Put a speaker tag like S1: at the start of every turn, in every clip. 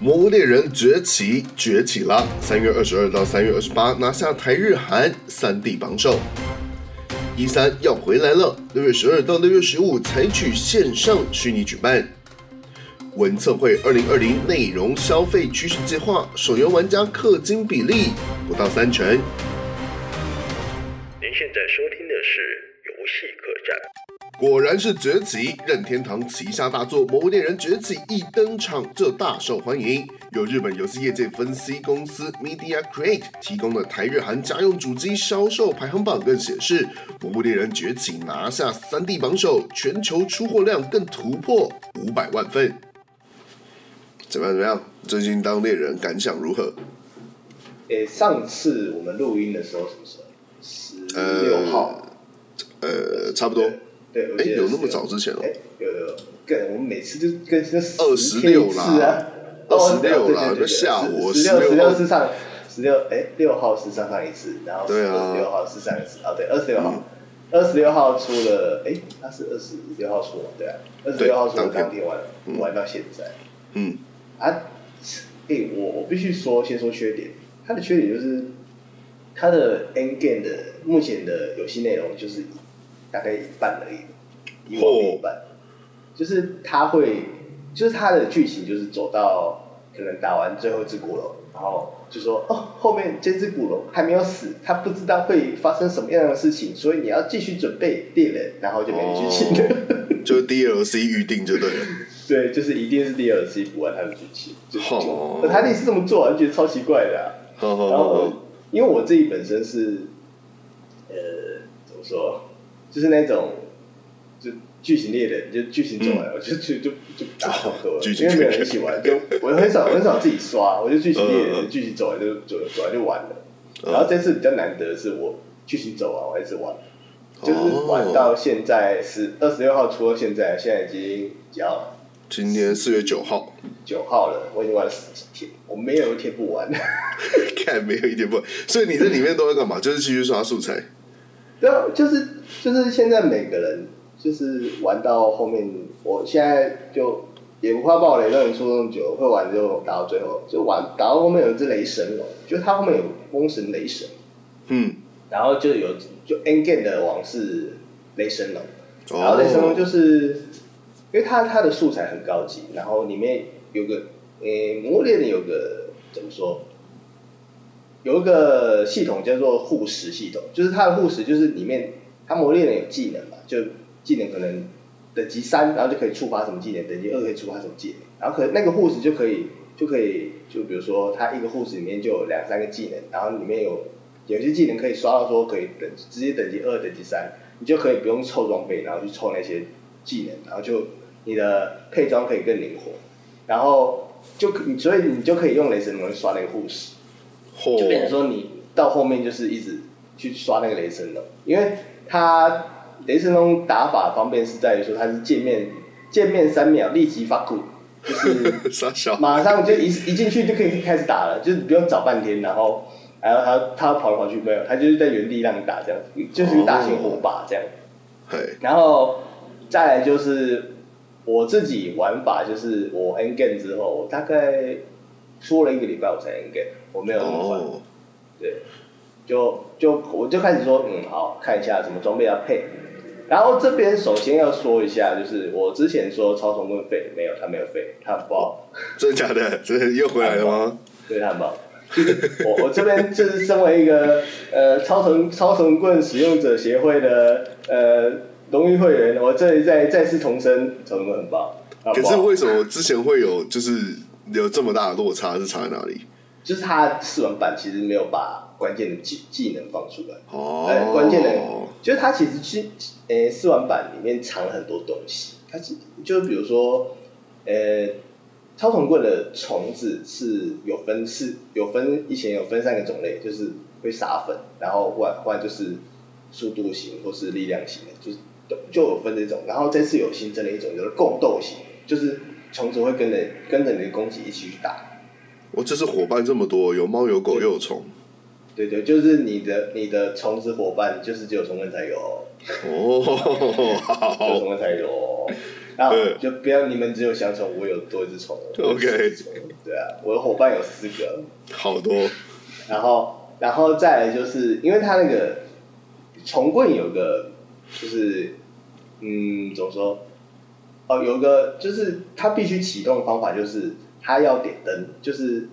S1: 《魔物猎人崛起》崛起啦！三月二十二到三月二十八拿下台日韩三地榜首。一三要回来了，六月十二到六月十五采取线上虚拟举办。文策会二零二零内容消费趋势计划，手游玩家氪金比例不到三成。
S2: 您现在收听的是《游戏客栈》。
S1: 果然是崛起！任天堂旗下大作《魔物猎人崛起》一登场就大受欢迎。由日本游戏业界分析公司 Media Create 提供的台日韩家用主机销售排行榜更显示，《魔物猎人崛起》拿下三地榜首，全球出货量更突破五百万份。怎么样？怎么样？最近当猎人感想如何？
S3: 诶，上次我们录音的时候什么时候？十六号。
S1: 呃，差不多。
S3: 对，我
S1: 哎，
S3: 记得
S1: 有那
S3: 16
S1: 么早之前哦、
S3: 哎、有有，更我们每次就更新
S1: 二十六
S3: 啦
S1: 啦，26啦
S3: 哦
S1: 就吓我
S3: 十六十
S1: 16
S3: 六是上十六哎六号是上上一次，然后
S1: 对啊嗯
S3: 六号是上一次啊对二十六号二十六号出了哎他是二十六号出的对啊二十六号出的
S1: 当天
S3: 当天玩玩到现在
S1: 嗯，
S3: 啊哎我我必须说先说缺点，它的缺点就是它的 N game 的目前的游戏内容就是大概一半而已，以往的一半。就是他会，就是他的剧情就是走到可能打完最后一只古龙，然后就说哦，后面这只古龙还没有死，他不知道会发生什么样的事情，所以你要继续准备猎人，然后就没剧情了。
S1: 就是 DLC 预定就对了。
S3: 对，就是一定是 DLC 补完他的剧情，就是这样、
S1: 哦
S3: 那他那次这么做，我就觉得超奇怪的、啊。
S1: 好好
S3: 然
S1: 好
S3: 后我
S1: 好，
S3: 因为我自己本身是，呃，怎么说，就是那种就剧情猎人，就剧情走完，我就就就就打好多
S1: 嗯
S3: 了，
S1: 哦剧情
S3: 因为没有人一起玩，就我很少我很少自己刷，我就剧情猎
S1: 嗯
S3: 人
S1: 嗯
S3: 剧情走完就走走完就完了。
S1: 嗯
S3: 然后这次比较难得的是我剧情走完，我还是玩，就是
S1: 哦
S3: 玩到现在是二十六号出到现在，现在已经几号了？
S1: 今天四月九号，
S3: 九号了，我已经玩了十几天，我没有一天不玩。
S1: 看没有一点不，所以你在里面都在干嘛？就是继续刷素材。
S3: 对啊，就是就是现在每个人就是玩到后面，我现在就也不怕暴雷，让人说那么久，会玩就打到最后，就玩打到后面有一只雷神龙，就它后面有风神雷神，
S1: 嗯，
S3: 然后就有就 N game 的王是雷神龙，
S1: 哦
S3: 然后雷神龙就是因为它它的素材很高级，然后里面有个诶魔猎的有个怎么说？有一个系统叫做护食系统，就是它的护食就是里面它魔猎人有技能嘛，就技能可能等级三，然后就可以触发什么技能，等级二可以触发什么技能，然后可能那个护食就可以就可以就比如说它一个护食里面就有两三个技能，然后里面有有些技能可以刷到说可以等直接等级二、等级三，你就可以不用凑装备，然后去凑那些技能，然后就你的配装可以更灵活，然后就可所以你就可以用雷神龙去刷那个护食。
S1: 嚯
S3: 就变成说你到后面就是一直去刷那个雷神龙，因为它雷神龙打法方便是在于说它是界面界面三秒立即发库，就是
S1: 傻小，
S3: 马上就一一进去就可以开始打了，就是不用找半天，然后然后他他跑来跑去没有，他就是在原地让你打这样，就是一个大型火把这样。
S1: 嘿，
S3: 然后再来就是我自己玩法，就是我 N game 之后，我大概出了一个礼拜我才 N game，我没有那么快。
S1: 哦，
S3: 对，就就我就开始说，嗯，好看一下什么装备要配。然后这边首先要说一下，就是我之前说超重盾废，没有，它没有废，它很爆，
S1: 真的假的？真的又回来了吗？
S3: 对，它很爆。就是 我我这边就是身为一个呃超重超重棍使用者协会的呃荣誉会员，我这里再再次重申，超重棍很爆。它很
S1: 可
S3: 爆
S1: 是为什么之前会有就是有这么大的落差？是差在哪里？
S3: 就是他试玩版其实没有把关键的技技能放出来，
S1: 哦
S3: 呃，关键的，就是它其实是，呃，试玩版里面藏了很多东西。它其就比如说，呃，超虫棍的虫子是有分是有分以前有分三个种类，就是会撒粉，然后或或就是速度型或是力量型的，就是都就有分这种。然后这次有新增了一种就是共斗型，就是虫子会跟着跟着你的攻击一起去打。
S1: 我这次伙伴这么多，有猫有狗又有虫，
S3: 对对，就是你的你的虫子伙伴，就是只有虫棍才有哦，
S1: 哦，
S3: 只有
S1: 好
S3: 虫，棍才有哦。然后
S1: 嗯
S3: 就不要你们只有小虫，我有多一只虫。
S1: OK
S3: 对啊，我的伙伴有四个，
S1: 好多，
S3: 然后然后再来就是因为它那个重棍有个就是嗯怎么说哦有个就是它必须启动的方法就是它要点灯，就是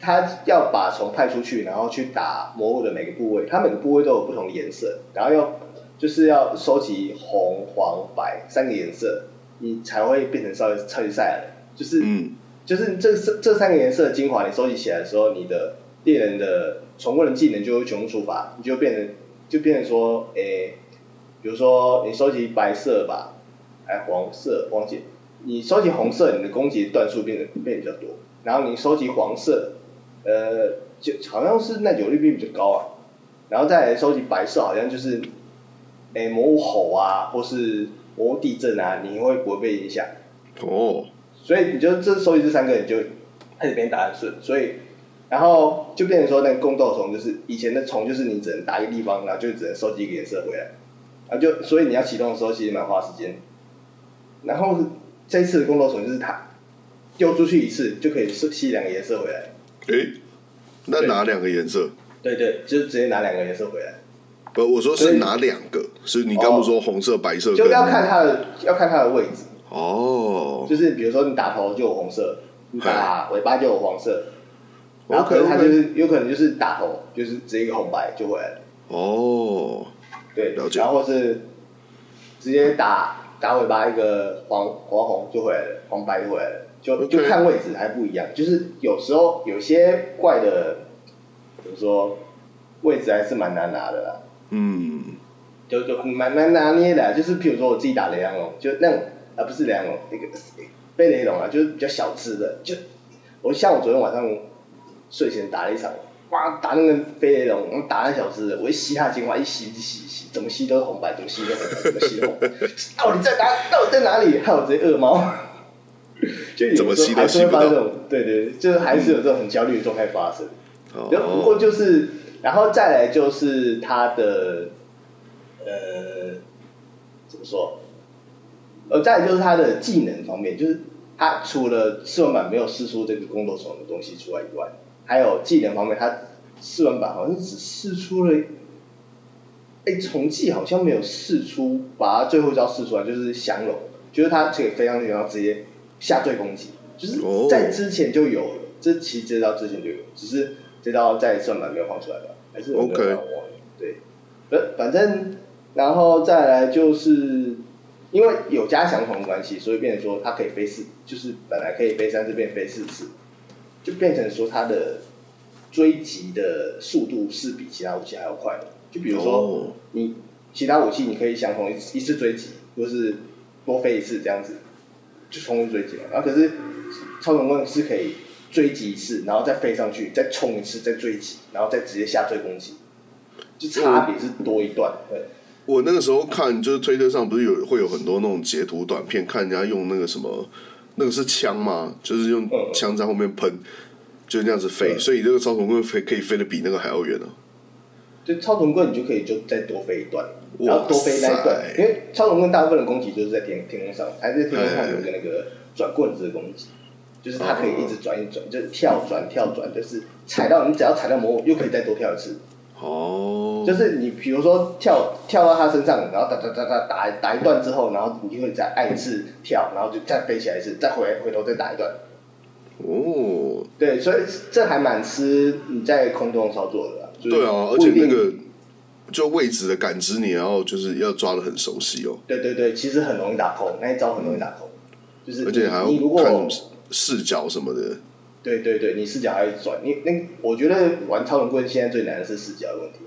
S3: 它要把虫派出去，然后去打魔物的每个部位，它每个部位都有不同的颜色，然后要就是要收集红、黄、白三个颜色，你才会变成超级超级赛亚人，就是
S1: 嗯，
S3: 就是这这这三个颜色的精华，你收集起来的时候，你的猎人的重棍的技能就会全部触发，你就变成就变成说，诶、比如说你收集白色吧，哎，黄色忘记了，你收集红色，你的攻击段数变得变得比较多，然后你收集黄色，呃，就好像是耐久率比比较高啊，然后再来收集白色，好像就是，诶、魔物吼啊，或是魔物地震啊，你会不会被影响？
S1: 哦，
S3: 所以你就这收集这三个，你就开始变打很顺，所以然后就变成说那个共斗虫就是以前的虫，就是你只能打一个地方，然后就只能收集一个颜色回来，然后就所以你要启动的时候其实蛮花时间。然后这一次的共斗虫就是它丢出去一次就可以收吸两个颜色回来，
S1: 诶，那
S3: 对
S1: 哪两个颜色？
S3: 对对，就是直接拿两个颜色回来，
S1: 不，我说
S3: 所
S1: 是
S3: 以
S1: 哪两个？是你刚不是说红色、白色？
S3: 就要看。它的要看它的位置，
S1: 哦
S3: 就是比如说你打头就有红色，你打尾巴就有黄色，然后可
S1: ，OK
S3: 能它就
S1: OK，
S3: 是有可能就是打头就是直接一个红白就回来了。
S1: 哦，
S3: 对，
S1: 了解
S3: 然后或是直接打打尾巴一个黄黄红就回来了，黄白就回来了，就
S1: OK
S3: 就看位置还不一样。就是有时候有些怪的，怎么说位置还是蛮难拿的啦，
S1: 嗯，
S3: 就就蛮难拿捏的啊。就是譬如说我自己打雷阳龙，就那种啊不是雷阳龙，那个飞雷龙啊，就是比较小只的。就我像我昨天晚上睡前打了一场。哇，打那个飞雷龙，然后打那小只的，我一吸它的精华，一吸一吸一吸，怎么吸都是红白，怎么吸都是红白，怎么吸都红白，到底在哪？到底在哪里？害我直接饿猫。就有时
S1: 怎
S3: 候
S1: 么吸都
S3: 还是
S1: 吸
S3: 会
S1: 不
S3: 发生
S1: 到
S3: 这种，对对，就是还是有这种很焦虑的状态发生。然后不过
S1: 哦，
S3: 就是，然后再来就是它的，呃，怎么说？呃，再来就是它的技能方面，就是它除了试玩版没有试出这个工作虫的东西出来以外，还有技能方面，它试玩版好像只试出了，哎，重技好像没有试出，把它最后一招试出来，就是降龙，就是它可以飞上去，然后直接下坠攻击，就是
S1: 哦
S3: 在之前就有了，这其实这招之前就有，只是这招在算版没有放出来吧，还是我没有
S1: OK
S3: 放我忘了对，反反正然后再来就是因为有加强虫的关系，所以变成说它可以飞四，就是本来可以飞三次变飞四次，就变成说它的追击的速度是比其他武器还要快的。就比如
S1: 哦
S3: 说你其他武器你可以相同一次一次追击，或是多飞一次这样子，就冲入追击嘛。然后可是超能棍是可以追击一次，然后再飞上去，再冲一次，再追击，然后再直接下坠攻击，就差别是多一段。
S1: 嗯
S3: 对。
S1: 我那个时候看就是推特上不是有会有很多那种截图短片，看人家用那个什么，那个是枪吗？就是用
S3: 嗯
S1: 枪在后面喷，就那样子飞，
S3: 嗯
S1: 所以这个超虫会飞可以飞得比那个还要远啊。
S3: 就超虫棍，你就可以就再多飞一段，
S1: 哇塞
S3: 然后多飞那一段，因为超虫棍大部分的攻击就是在天天空上，还是天空上有一个那个转棍子的攻击，就是它可以一直转一转，就是跳转跳转，就是踩到你只要踩到魔物，又可以再多跳一次，
S1: 哦，
S3: 就是你比如说跳跳到它身上，然后打打打打打打一段之后，然后你就会再按一次跳，然后就再飞起来一次，再回回头再打一段，
S1: 哦，
S3: 对，所以这还蛮吃你在空中操作的啦，就是
S1: 对啊，而
S3: 不
S1: 且
S3: 一定
S1: 那个就位置的感知，你然后就是要抓的很熟悉哦，
S3: 对对对，其实很容易打空，那一招很容易打空，就是
S1: 而且还要
S3: 你如果
S1: 看视角什么的。
S3: 对对对，你视角还要转，你那我觉得玩超人棍现在最难的是视角的问题，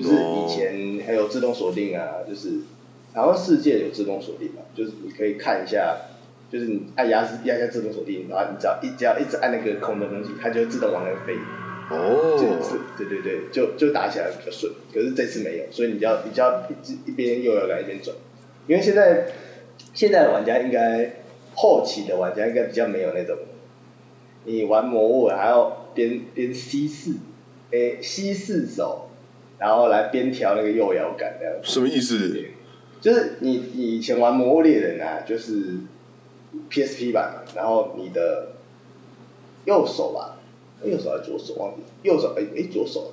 S3: 就是
S1: 哦
S3: 以前还有自动锁定啊，就是好像世界有自动锁定嘛，就是你可以看一下，就是你按压压一下自动锁定，然后你只要一只要一直按那个空的东西，它就会自动往那边飞，
S1: 哦，
S3: 就是对对对，就就打起来比较顺。可是这次没有，所以你就要你就要一直一边右摇杆一边转，因为现在现在的玩家应该后期的玩家应该比较没有那种，你玩魔物还要边边 C 四，诶 C 四手，然后来边调那个右摇杆这样。
S1: 什么意思？
S3: 就是你你以前玩《魔物猎人》啊，就是 PSP 版嘛，然后你的右手吧，右手还是左手忘记，右手哎哎左手，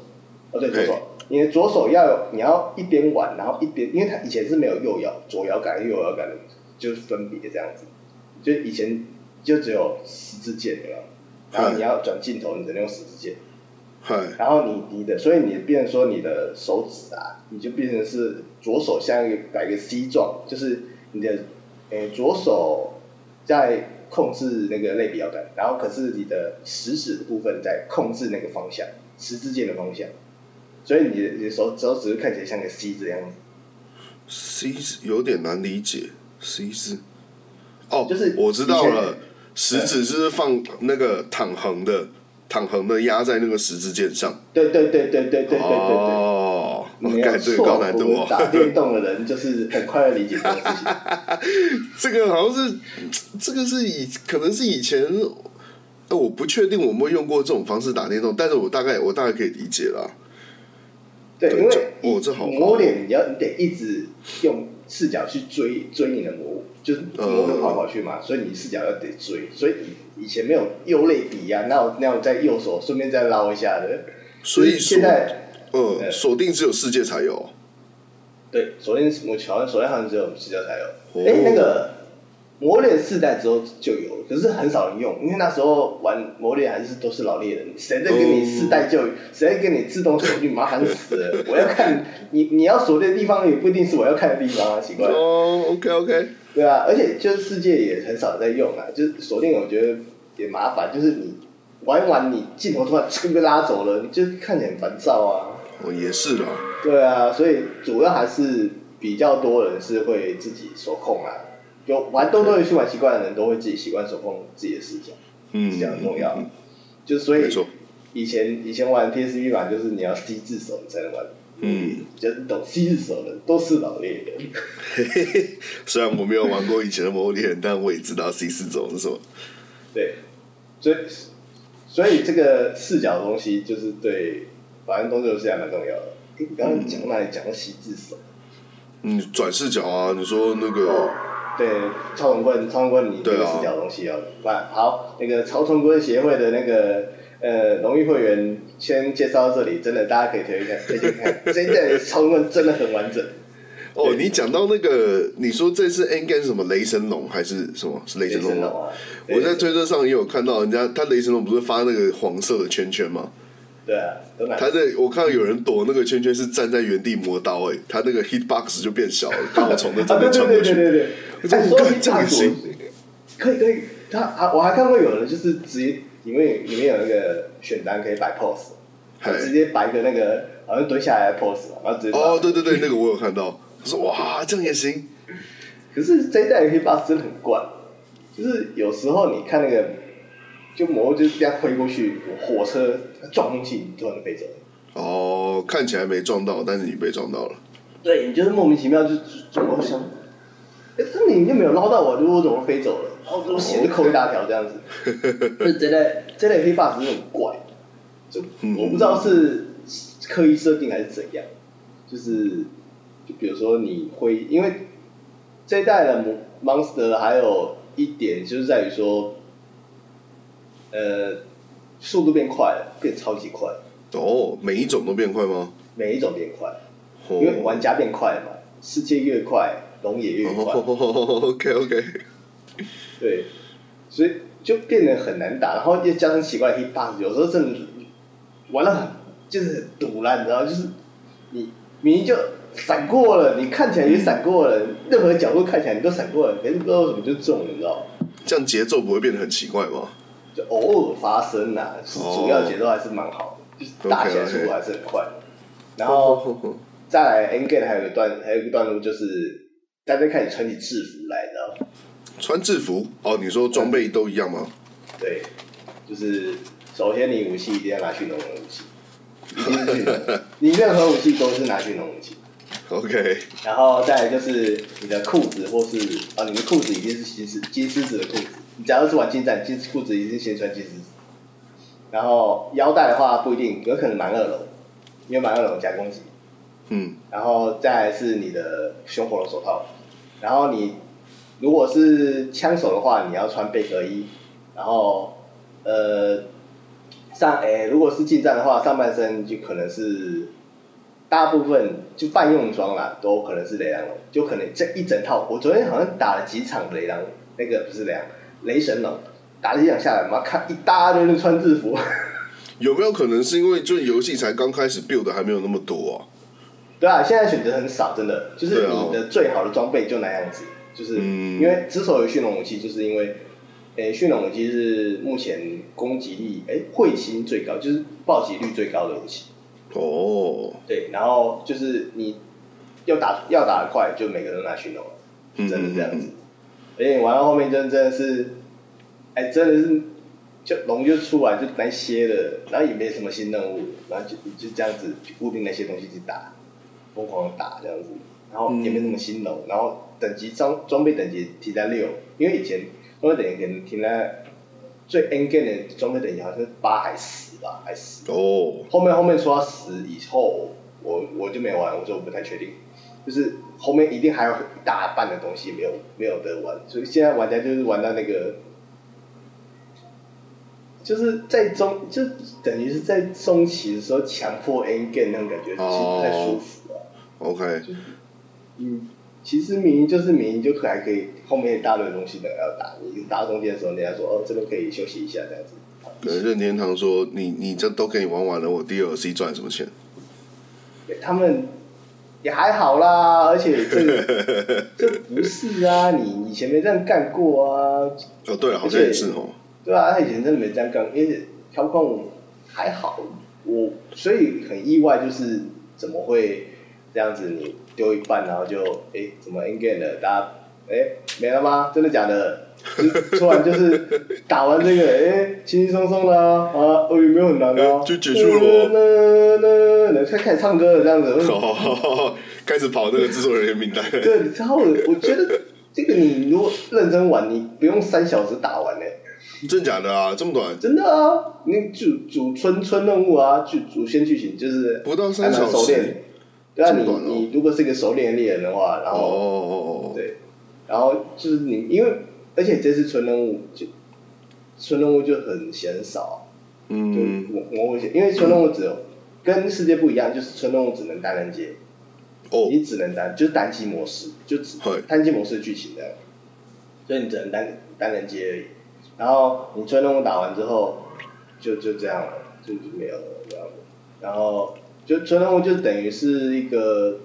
S3: 哦对左
S1: 对
S3: 手，你的左手要有你要一边玩，然后一边，因为它以前是没有右摇左摇杆右摇杆的，就是分别这样子，就以前就只有十字键有没有然后你要转镜头，你只能用十字键。
S1: 嗨，
S3: 然后你你的，所以你变成说你的手指啊，你就变成是左手像一个摆个 C 状，就是你的呃左手在控制那个类比摇杆，然后可是你的食指的部分在控制那个方向，十字键的方向，所以你的你的手手指会看起来像个 C 字的样子。
S1: c 字有点难理解，C 字。哦，
S3: 就是
S1: 我知道
S3: 以
S1: 了
S3: 前，
S1: 食指是放那个躺横的，躺横的压在那个十字键上。
S3: 对对对对对对对对对。
S1: 哦，我
S3: 没有
S1: 感这个
S3: 错，
S1: 高难度
S3: 我们打
S1: 哦。
S3: 电动的人就是很快的理解这种事情。
S1: 这个好像是，这个是以可能是以前，呃我不确定我有没有用过这种方式打电动，但是我大概我大概可以理解啦。
S3: 对，
S1: 对
S3: 因为
S1: 这哦这好
S3: 魔脸，你要你得一直用视角去追追你的魔物，就是
S1: 呃
S3: 魔物会跑跑去嘛，所以你视角要得追。所以以以前没有右类比呀、啊，那我那我在右手顺便再捞一下的。
S1: 所
S3: 就
S1: 以
S3: 是现
S1: 锁，
S3: 在
S1: 呃，
S3: 对
S1: 锁定只有世界才有。
S3: 对，昨天我好像昨天好像只有我们视角才有。
S1: 哦
S3: 哎、那个魔脸四代之后就有了，可是很少人用，因为那时候玩魔脸还是都是老猎人，谁在跟你四代
S1: 哦
S3: 就谁在跟你自动锁定，麻烦死 了。我要看你你要锁定的地方也不一定是我要看的地方啊，奇怪。
S1: 哦，OK OK，
S3: 对啊，而且就是世界也很少在用啊，就是锁定我觉得也麻烦，就是你玩一玩你镜头突然就被拉走了，你就看起来很烦躁啊。
S1: 哦也是啦。
S3: 对啊，所以主要还是比较多人是会自己手控啊，就玩动作游戏玩习惯的人都会自己习惯手控自己的视角，
S1: 嗯
S3: 这样很重要。就所以
S1: 没错
S3: 以前以前玩 PSP 版就是你要 C 字手你才能玩，
S1: 嗯，
S3: 就是懂 C 字手的人都是老猎人。
S1: 嘿嘿嘿， 虽然我没有玩过以前的《魔物猎人》，但我也知道 C 四种是什么。
S3: 对，所以所以这个视角的东西就是对反正动作游戏还蛮重要的。诶你刚刚讲到哪里？讲到西字手，
S1: 嗯，转视角啊，你说那
S3: 哦
S1: 个
S3: 对，超龙棍，超龙棍，你这个
S1: 对啊
S3: 视角的东西要办好。那个超龙棍协会的那个呃荣誉会员先介绍到这里，真的大家可以推荐推荐看，真的超龙棍真的很完整。
S1: 哦，你讲到那个，你说这次 N 跟什么雷神龙还是什么？是雷神龙
S3: 真的
S1: 吗？
S3: 哦，对
S1: 我在推特上也有看到人家，他雷神龙不是发那个黄色的圈圈吗？
S3: 对啊，都蛮
S1: 他在我看到有人躲那个圈圈是站在原地磨刀、哎，他那个 hitbox 就变小 了，刚好从那这
S3: 啊，对
S1: 边
S3: 对
S1: 穿过
S3: 对对
S1: 去。
S3: 对对，
S1: 我说
S3: 哎
S1: 我
S3: 说到
S1: 干这样也
S3: hitbox，
S1: 行
S3: 可以可以，他啊，我还看过有人就是直接里面有里面有那个选单可以摆 pose，他
S1: 嘿
S3: 直接摆一个那个好像蹲下来的 pose，嘛然后直接摆
S1: 哦，对对对，那个我有看到。我说哇，这样也行。
S3: 可是这一代的 hitbox 真的很怪，就是有时候你看那个就魔物就是这样挥过去，火车撞空气，你突然就飞走了。
S1: 哦，看起来没撞到，但是你被撞到了。
S3: 对，你就是莫名其妙就就怎么想，哎，这你就没有捞到我，就我怎么飞走了？然后我血就扣一大条这样子。这这类这类黑 buff 是很怪，就
S1: 嗯
S3: 我不知道是刻意设定还是怎样，就是就比如说你会因为这一代的 monster 还有一点就是在于说，呃，速度变快了，变超级快，
S1: 哦，每一种都变快吗？
S3: 每一种变快。
S1: 哦
S3: 因为玩家变快了嘛，世界越快，龙也越快，
S1: 哦，OK OK，
S3: 对，所以就变得很难打，然后又加上奇怪的 hit box，有时候真的玩了很就是很堵了，你知道吗，就是你明明就闪过了，你看起来也闪过了，任何角度看起来你都闪过了，可是不知道为什么就哎中了，你知道吗？
S1: 这样节奏不会变得很奇怪吗？
S3: 就偶尔发生啦、
S1: 哦
S3: 主要节奏还是蛮好的，就是打起来
S1: OK，OK
S3: 速度还是很快的。然后再来 N g a t e 还有一个段，还有一个段落就是大家开始穿起制服来，你知道吗？
S1: 穿制服哦，你说装备都一样吗？
S3: 对，就是首先你武器一定要拿去农人武器，一定是去农你任何武器都是拿去农武器。
S1: OK，
S3: 然后再来就是你的裤子或是啊，你的裤子一定是金丝金丝子的裤子。你假如是玩近战，金丝裤子一定先穿金丝子。然后腰带的话不一定，有可能满二楼，因为满二楼有加攻击。
S1: 嗯
S3: 然后再来是你的胸口的手套，然后你如果是枪手的话，你要穿贝壳衣，然后呃上诶、如果是近战的话，上半身就可能是大部分就泛用装啦，都可能是雷狼龙，就可能这一整套。我昨天好像打了几场雷狼，那个不是雷狼，雷神龙，打了几场下来，妈看一大堆人穿制服。
S1: 有没有可能是因为就是游戏才刚开始 build 的还没有那么多啊？
S3: 对啊，现在选择很少，真的，就是
S1: 对啊
S3: 你的最好的装备就那样子，就是、
S1: 嗯
S3: 因为之所以有驯龙武器，就是因为，诶、驯龙武器是目前攻击力，诶、彗星最高，就是暴击率最高的武器。
S1: 哦，
S3: 对，然后就是你要打要打得快，就每个人都拿驯龙了，
S1: 嗯
S3: 真的这样子。而且你玩到后面真真的是，哎、真的是就龙就出来就那些了，然后也没什么新任务，然后就就这样子固定那些东西去打，疯狂地打这样子，然后也没
S1: 嗯
S3: 什么新龙，然后等级装装备等级提在六，因为以前装备等级可能停在最 N game 的装备等级好像是八还十吧，还十。
S1: 哦，
S3: 后面后面说到十以后，我我就没玩，我说我不太确定，就是后面一定还有一大半的东西没有没有得玩，所以现在玩家就是玩到那个，就是在中就等于是在中期的时候强迫 end game 那种感觉，其实不太舒服啊。
S1: OK，
S3: 嗯，其实明明就是明明就可还可以，后面一大堆东西都要打，你打到中间的时候，人家说哦这边可以休息一下这样子。
S1: 可能任天堂说你你这都给你玩完了，我 DLC 赚什么钱？
S3: 他们也还好啦，而且这个 这不是啊，你以前没这样干过啊，
S1: 哦，对了，好像也是哦。
S3: 对啊，他以前真的没这样干，因为调控还好，我所以很意外，就是怎么会这样子？你丢一半，然后就哎、诶怎么 end game 了？大家哎、诶没了吗？真的假的？就突然就是打完这个，哎、轻轻松松啦，啊，哦，也没有很难啊，
S1: 诶就结束了哦
S3: 了，那开始唱歌了这样子，我说
S1: 哦，开始跑那个制作人员名单。
S3: 对，然后我觉得这个你如果认真玩，你不用三小时打完呢、欸
S1: 真假的啊？这么短？
S3: 真的啊，你主主村村任务啊，主主线剧情就是
S1: 不到
S3: 还
S1: 三
S3: 蛮
S1: 小
S3: 熟练
S1: 时
S3: 的。。对啊，
S1: 这么
S3: 你
S1: 短哦
S3: 你如果是一个熟练的猎人的话，然
S1: 哦
S3: 后、
S1: 哦哦
S3: 对，然后就是你因为而且这次村任务就村任务就很嫌少，就
S1: 嗯，
S3: 我我会写，因为村任务只有、跟世界不一样，就是村任务只能单人接，
S1: 哦，
S3: 你只能单就是单机模式，就只
S1: 嗨
S3: 单机模式剧情的，所以你只能单单人接而已。然后你村任务打完之后，就就这样了，就就没有了这样子。然后就村任务就等于是一个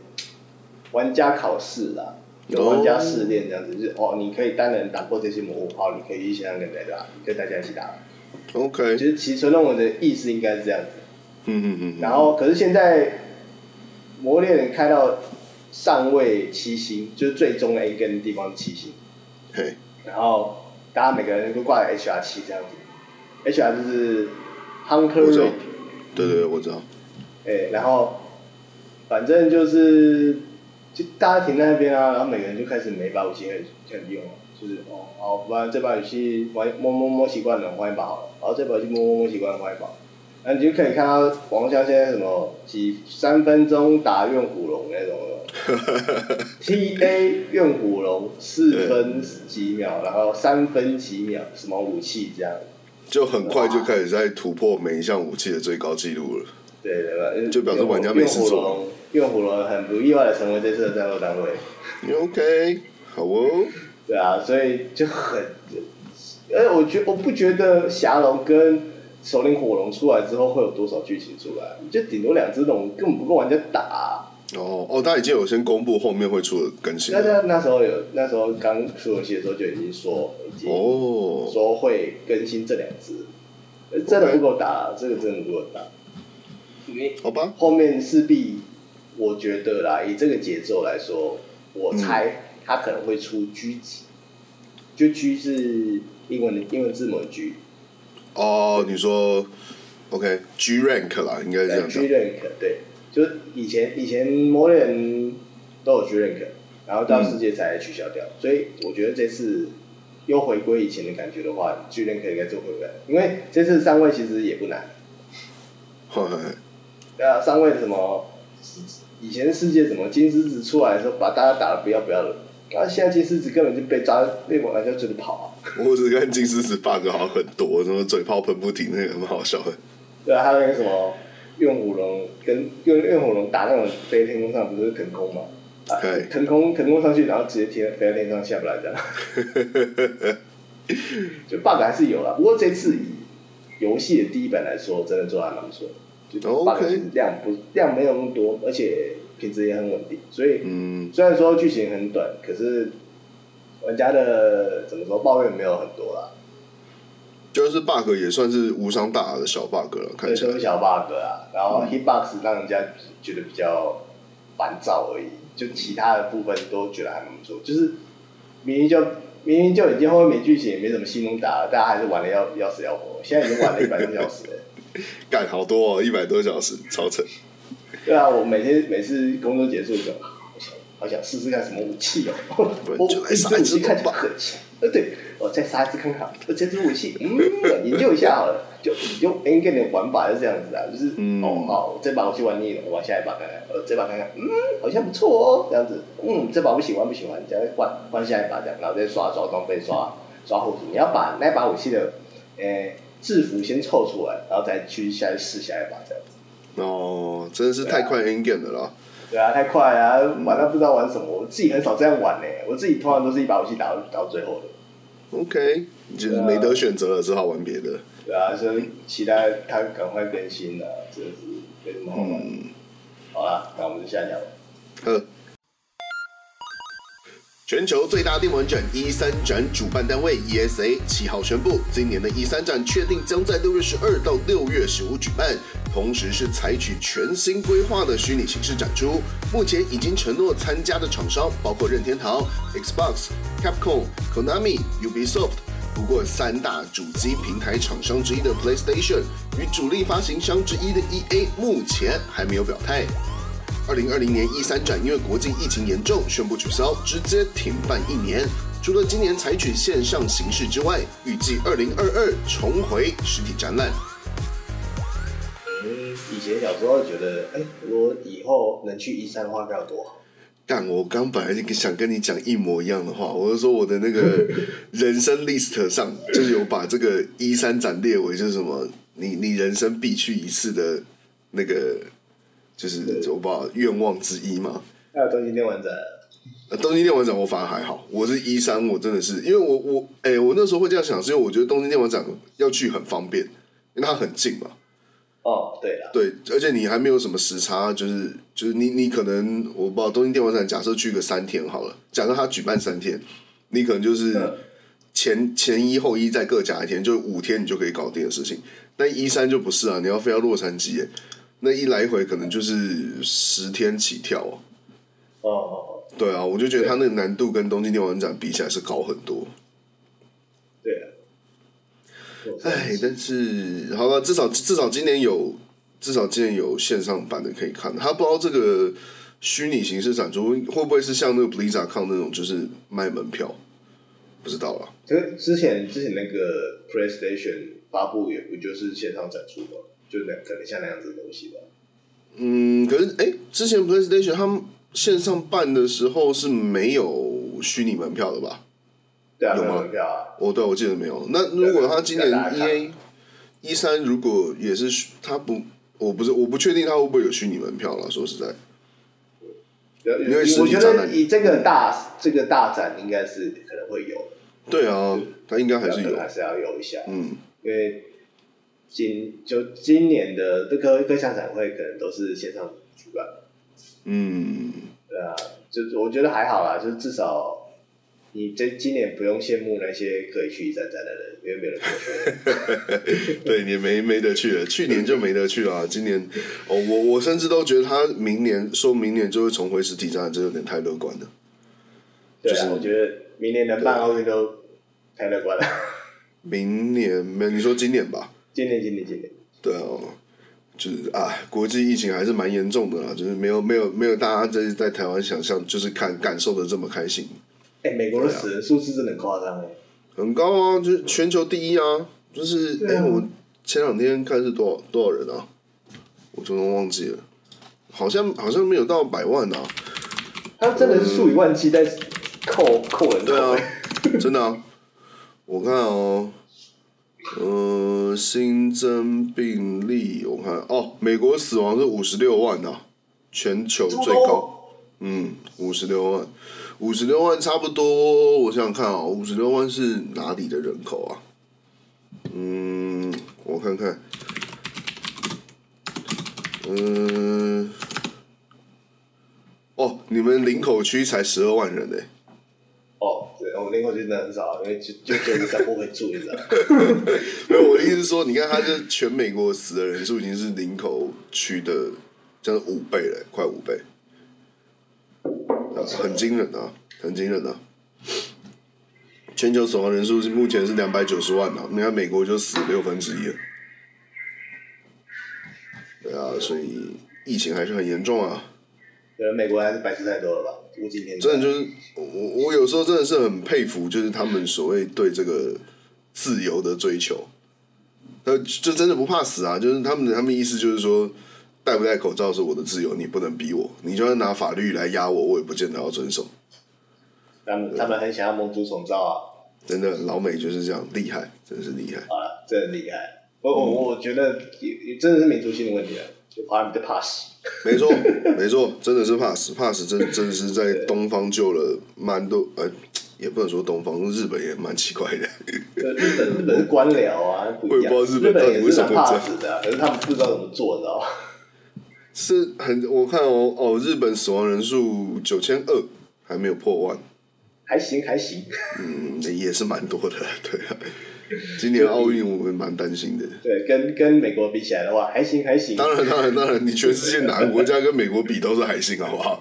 S3: 玩家考试啦，就玩家试炼这样子，就是哦，你可以单人打过这些魔物，哦，你可以一起让人来打，你跟大家一起打。
S1: OK，
S3: 其实其实村任务的意思应该是这样子。
S1: 嗯嗯嗯，
S3: 然后可是现在《魔物猎人》开到上位七星，就是最终的一根地方是七星，
S1: 嘿，
S3: 然后大家每个人都挂了 HR 七这样子，HR 就是 Hunter
S1: 我知道
S3: Rate，
S1: 对对对，我知道。
S3: 哎、然后反正就是就大家停在那边啊，然后每个人就开始每一把武器很很用啊，就是哦，好，不然这把武器玩摸摸摸习惯了，换一把好了，然后这把武器摸摸摸习惯了，换一把。然后你就可以看到网络上现在什么几三分钟打怨虎龙那种的，T A 怨虎龙四分几秒，然后三分几秒什么武器这样，
S1: 就很快就开始在突破每一项武器的最高纪录了。
S3: 对对吧？
S1: 就表示玩家没事做
S3: 怨虎龙，怨虎龙很不意外的成为这次的战斗单位。
S1: 你 OK，好哦。
S3: 对啊，所以就很，呃，我觉我不觉得侠龙跟首领火龙出来之后会有多少剧情出来，就顶多两只龙根本不够玩家打、
S1: 哦哦，他已经有先公布后面会出的更新
S3: 那
S1: 了。
S3: 那那时候有，那时候刚出游戏的时候就已经说，已经
S1: 哦，
S3: 说会更新这两只，呃真的不够打，这个真的不够打。你
S1: 好吧，
S3: 后面势必，我觉得啦，以这个节奏来说，我
S1: 嗯
S3: 猜他可能会出狙击，就狙是英文的英文字母的狙，
S1: 哦，你说 OK G rank 啦，应该是这
S3: 对
S1: 样
S3: ，G
S1: 讲。
S3: 呃 rank 对，就是以前以前魔人都有 G rank，然后到世界才取消掉，
S1: 嗯
S3: 所以我觉得这次又回归以前的感觉的话，G rank 应该就回不来了，因为这次上位其实也不难，
S1: 嘿嘿嘿
S3: 对啊，上位什么以前世界什么金狮子出来的时候，把大家打的不要不要的，然后现在金狮子根本就被抓被玩家追着跑啊。
S1: 我只看金狮子 bug 好像很多，什么嘴炮喷不停，那个很好笑的。
S3: 对啊，还有那个什么用火龙跟用用火龙打那种飞天空上，不是腾空吗？啊
S1: 对，
S3: 腾空腾空上去，然后直接贴飞到天上下不来这样。 就 bug 还是有了，不过这次以游戏的第一版来说，真的做得还蛮不错的。就
S1: OK
S3: bug 是量不量没有那么多，而且品质也很稳定，所以
S1: 嗯，
S3: 虽然说剧情很短，可是玩家的怎么说抱怨没有很多啦，
S1: 就是 bug 也算是无伤大雅的小 bug 了，看
S3: 对，
S1: 起
S3: 都
S1: 来
S3: 是。小 bug 啊。然后 hitbox 让人家觉得比较烦躁而已，就其他的部分都觉得还蛮不错。就是明明就明明就已经后面没剧情，也没什么新东打了，大家还是玩的要要死要活。现在已经玩了一百多小时了。
S1: 干好多、哦，一百多小时，超扯。
S3: 对啊，我每天每次工作结束的时候，好想好想试试看什么武器哦。
S1: 然
S3: 我
S1: 就来杀一
S3: 武
S1: 只
S3: 器看起
S1: 狗吧
S3: 来很强，呃，对，我再杀一只看看，呃，这支武器，嗯，研究一下好了。就就 N g 的玩法是这样子啊，就是、
S1: 嗯
S3: 哦好，这把武器玩腻了，我玩下一把看看，呃，这把看看，嗯，好像不错哦，这样子，嗯，这把不喜欢不喜欢，这样换换下一把这样，然后再刷刷装备，刷刷后厨，你要把那把武器的，呃，制服先凑出来，然后再去下试下一把这样。
S1: 哦，真的是太快 end game 了啦。
S3: 对啊，太快啊，玩到不知道玩什么。我自己很少这样玩呢、我自己通常都是一把游戏打到打到最后的。
S1: OK，就是没得选择了，只好玩别的。
S3: 对啊，所以期待它赶快更新啊，真的是没什么好玩。
S1: 嗯，
S3: 好啦，那我们就下聊吧。
S1: 呵。全球最大电玩展一三展主办单位 ESA 七号宣布，今年的一三展确定将在六月十二到六月十五举办，同时是采取全新规划的虚拟形式展出。目前已经承诺参加的厂商包括任天堂、Xbox、Capcom、Konami、Ubisoft。不过，三大主机平台厂商之一的 PlayStation 与主力发行商之一的 EA 目前还没有表态。二零二零年一三展因为国际疫情严重，宣布取消，直接停办一年。除了今年采取线上形式之外，预计二零二二重回实体展览。
S3: 嗯，以前小时候觉得，哎、我以后能去一三的话该有多好。
S1: 干，我刚本来就想跟你讲一模一样的话，我就说我的那个人生 list 上就是有把这个一三展列为就是什么，你你人生必去一次的那个，就是我把愿望之一嘛。
S3: 还有东京电玩展，
S1: 呃，东京电玩展我反而还好，我是一三，我真的是因为我我哎、我那时候会这样想，是因为我觉得东京电玩展要去很方便，因为它很近嘛。
S3: 哦，对了，
S1: 对，而且你还没有什么时差，就是就是你你可能我不知道东京电玩展，假设去个三天好了，假设它举办三天，你可能就是
S3: 嗯
S1: 前、前一后一再各加一天，就五天你就可以搞定的事情。但一三就不是啊，你要飞到洛杉矶耶，那一来回可能就是十天起跳哦、
S3: 哦哦哦，
S1: 对啊，我就觉得它那个难度跟东京电玩展比起来是高很多。
S3: 对了。
S1: 哎，但是好吧，至少至少今年有至少今年有线上版的可以看。他不知道这个虚拟形式展出会不会是像那个 BlizzCon 那种，就是卖门票，不知道啦。
S3: 就是之前之前那个 PlayStation 发布也不就是线上展出吗？就那可能像那样子的东西吧。
S1: 嗯，可是哎、之前 PlayStation 他们线上办的时候是没有虚拟门票的吧？
S3: 对啊，
S1: 有
S3: 没有
S1: 吗
S3: 门票啊。
S1: 哦，对，我记得没有。那如果他今年
S3: 对啊大家看
S1: EA 一三如果也是虚他不，我不是我不确定他会不会有虚拟门票了。说实在，因为实
S3: 我
S1: 体
S3: 觉
S1: 展
S3: 得
S1: 览
S3: 以这个大这个大展应该是可能会有，
S1: 对啊，他应该还是
S3: 可能
S1: 有。
S3: 还是要有一下，
S1: 嗯，
S3: 因为今就今年的这个各项展会可能都是线上举办，
S1: 嗯，
S3: 对啊，就是我觉得还好啦，就是至少你这今年不用羡慕那些可以去一站展的人，因为没有人可以 去。
S1: 对，你没没得去了，去年就没得去了啊，今年，哦，我我甚至都觉得他明年说明年就会重回实体展览，这有点太乐观了。
S3: 对
S1: 就是啊
S3: 啊，我觉得明年能办奥运都太乐观了，
S1: 明年没，你说今年吧？
S3: 今年今年今年，
S1: 对哦，就是啊，国际疫情还是蛮严重的啦，就是没有没有没有大家在在台湾想象，就是看感受的这么开心，
S3: 哎，美国的死人数字真的很夸张哎。
S1: 很高啊，就是全球第一啊，就是哎、
S3: 对啊
S1: 我前两天看是多少多少人啊，我突然忘记了，好像好像没有到百万啊。
S3: 它真的是数以万计在扣扣人
S1: 对
S3: 头
S1: 啊， 真的啊。我看哦，呃，新增病例，我看哦，美国死亡是五十六万呐、全球最高。嗯，五十六万，五十六万差不多。我想想看啊、哦，五十六万是哪里的人口啊？嗯，我看看，嗯、哦，你们林口区才十二万人欸呢、
S3: 哦，对，我们那块就真的很少，因为就就就在不会住，你知道吗？
S1: 没有，我的意思是说，你看，它这全美国死的人数已经是林口区的将近五倍了，快五倍，啊很惊人啊，很惊人啊！全球死亡人数是目前是两百九十万啊，你看美国就死六分之一了。对啊，所以疫情还是很严重啊。
S3: 可能美国还是白痴太多了吧？估计年
S1: 真的就是我我我有时候真的是很佩服，就是他们所谓对这个自由的追求，呃，就真的不怕死啊！就是他们的他们意思就是说，戴不戴口罩是我的自由，你不能逼我，你就算拿法律来压我，我也不见得要遵守。
S3: 他们他们很想要蒙族重造啊，
S1: 真的，老美就是这样厉害，真是厉害。
S3: 啊，真的很厉害。我我我觉得也也真的是民族性的问题啊，就华人比较怕死。
S1: 没错，没错，真的是 pass pass，真真的是在东方救了蛮多，呃，也不能说东方，日本也蛮奇怪的。
S3: 呃日本日本是官僚啊，不一样。
S1: 我也不知道日本到底
S3: 也
S1: 为
S3: 是
S1: 什
S3: 很
S1: 么会这
S3: 怕
S1: 样
S3: 死的啊，可是他们不知道怎么做，你知道吗？
S1: 是很，我看哦哦，日本死亡人数九千二，还没有破万，
S3: 还行还行，
S1: 嗯，也是蛮多的， 对啊。今年奥运我们蛮担心的，
S3: 对，跟跟美国比起来的话，还行还行，
S1: 当然当然当然，你全世界哪个国家跟美国比都是海星，好不好？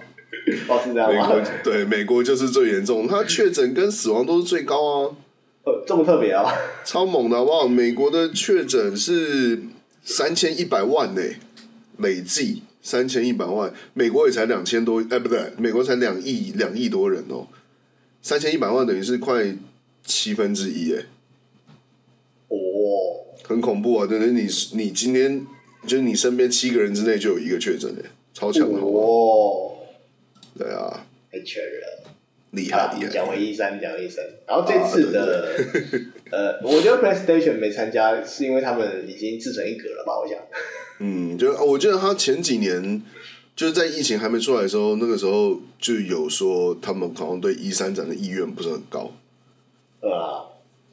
S3: 哦是这样
S1: 美国
S3: 吗？
S1: 对美国就是最严重，它确诊跟死亡都是最高啊，
S3: 哦 这么特别啊？
S1: 超猛的好不好？美国的确诊是三千一百万呢、累计三千一百万，美国也才两千多，哎、不对，美国才两亿两亿多人哦，三千一百万等于是快七分之一，哎，
S3: 哦，
S1: 很恐怖啊！等于你你今天就是你身边七个人之内就有一个确诊的，超强的好不好
S3: 哦，
S1: 对啊，
S3: 太全了。
S1: 哦厉
S3: 啊
S1: 害，厉
S3: 你
S1: 害
S3: 讲，回一三，讲回一三。然后这次
S1: 啊
S3: 的， 呃，我觉得 PlayStation 没参加，是因为他们已经自成一格了吧？我想，
S1: 嗯，就我觉得他前几年就是在疫情还没出来的时候，那个时候就有说他们好像对一三展的意愿不是很高，
S3: 呃啊，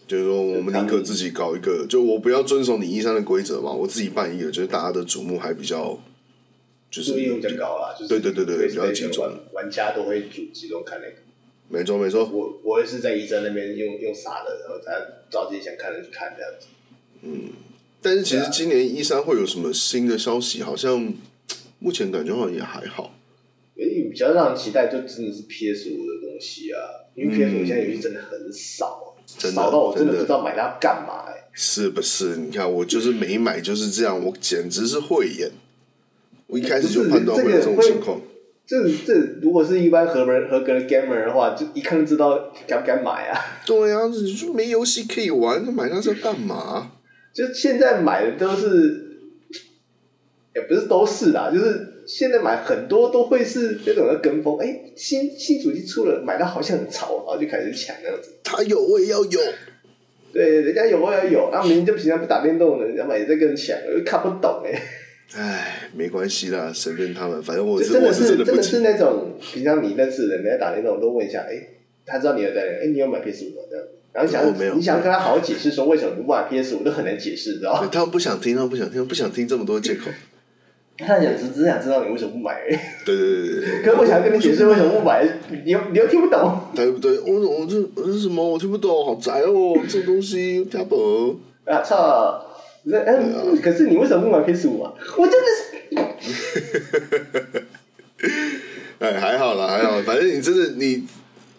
S1: 就是说我们宁可自己搞一个，就我不要遵守你一三的规则嘛，我自己办一个，就是大家的瞩目还比较就是
S3: 注意力比较高啦，就是
S1: 对对对对比较集
S3: PlayStation
S1: 中
S3: 玩玩家都会主集中看那个。
S1: 没错没错，
S3: 我我也是在一三那边用用傻的，然后他找自己想看的去看这样子。
S1: 但是其实今年一三会有什么新的消息，好像目前感觉好像也还好。
S3: 诶，比较让人期待，就真的是 PS 五的东西啊，因为 PS 五现在游戏真的很少，
S1: 真的
S3: 少到我真的
S1: 真的
S3: 不知道买它干嘛、欸。
S1: 是不是？你看我就是没买就是这样，我简直是慧眼。我一开始就判断会有这种情况，
S3: 这这如果是一般合格合格的 gamer 的话，就一看就知道敢不敢买啊。
S1: 对啊，你就没游戏可以玩，那买它是要干嘛？
S3: 就现在买的都是，也不是都是啦，就是现在买很多都会是那种要跟风，哎，新新主机出了，买到好像很潮，然后就开始抢那样子。
S1: 它有我也要有，
S3: 对，人家有我也有，那、啊、明明就平常不打电动的，人家买也在跟人抢，我就看不懂哎、
S1: 唉，没关系啦，随便他们，反正我
S3: 就是真
S1: 我
S3: 的
S1: 是
S3: 是
S1: 的
S3: 真
S1: 不
S3: 的
S1: 急
S3: 是。那种平常你认识的人，人家打电动都问一下，哎、他知道你有在，哎、你有买 PS 五吗？这样，然后
S1: 我哦没有
S3: 想你想跟他好好解释说为什么你不买 PS 五，都很难解释，知道
S1: 对
S3: 吗？
S1: 他们不想听，他们不想听，他们不想听这么多借口。
S3: 他想只只想知道你为什么不买而已，
S1: 对对对对
S3: 可是我想跟你解释为什么不买，你又你又听不懂。
S1: 对，对对，我我这我这什么我听不懂，好宅哦，这种东西听不
S3: 啊操！你说，哎、
S1: 啊
S3: 可是你为什么不买 PS 五啊？我真的是，
S1: 懂。哎，还好啦，还好，反正你真的你，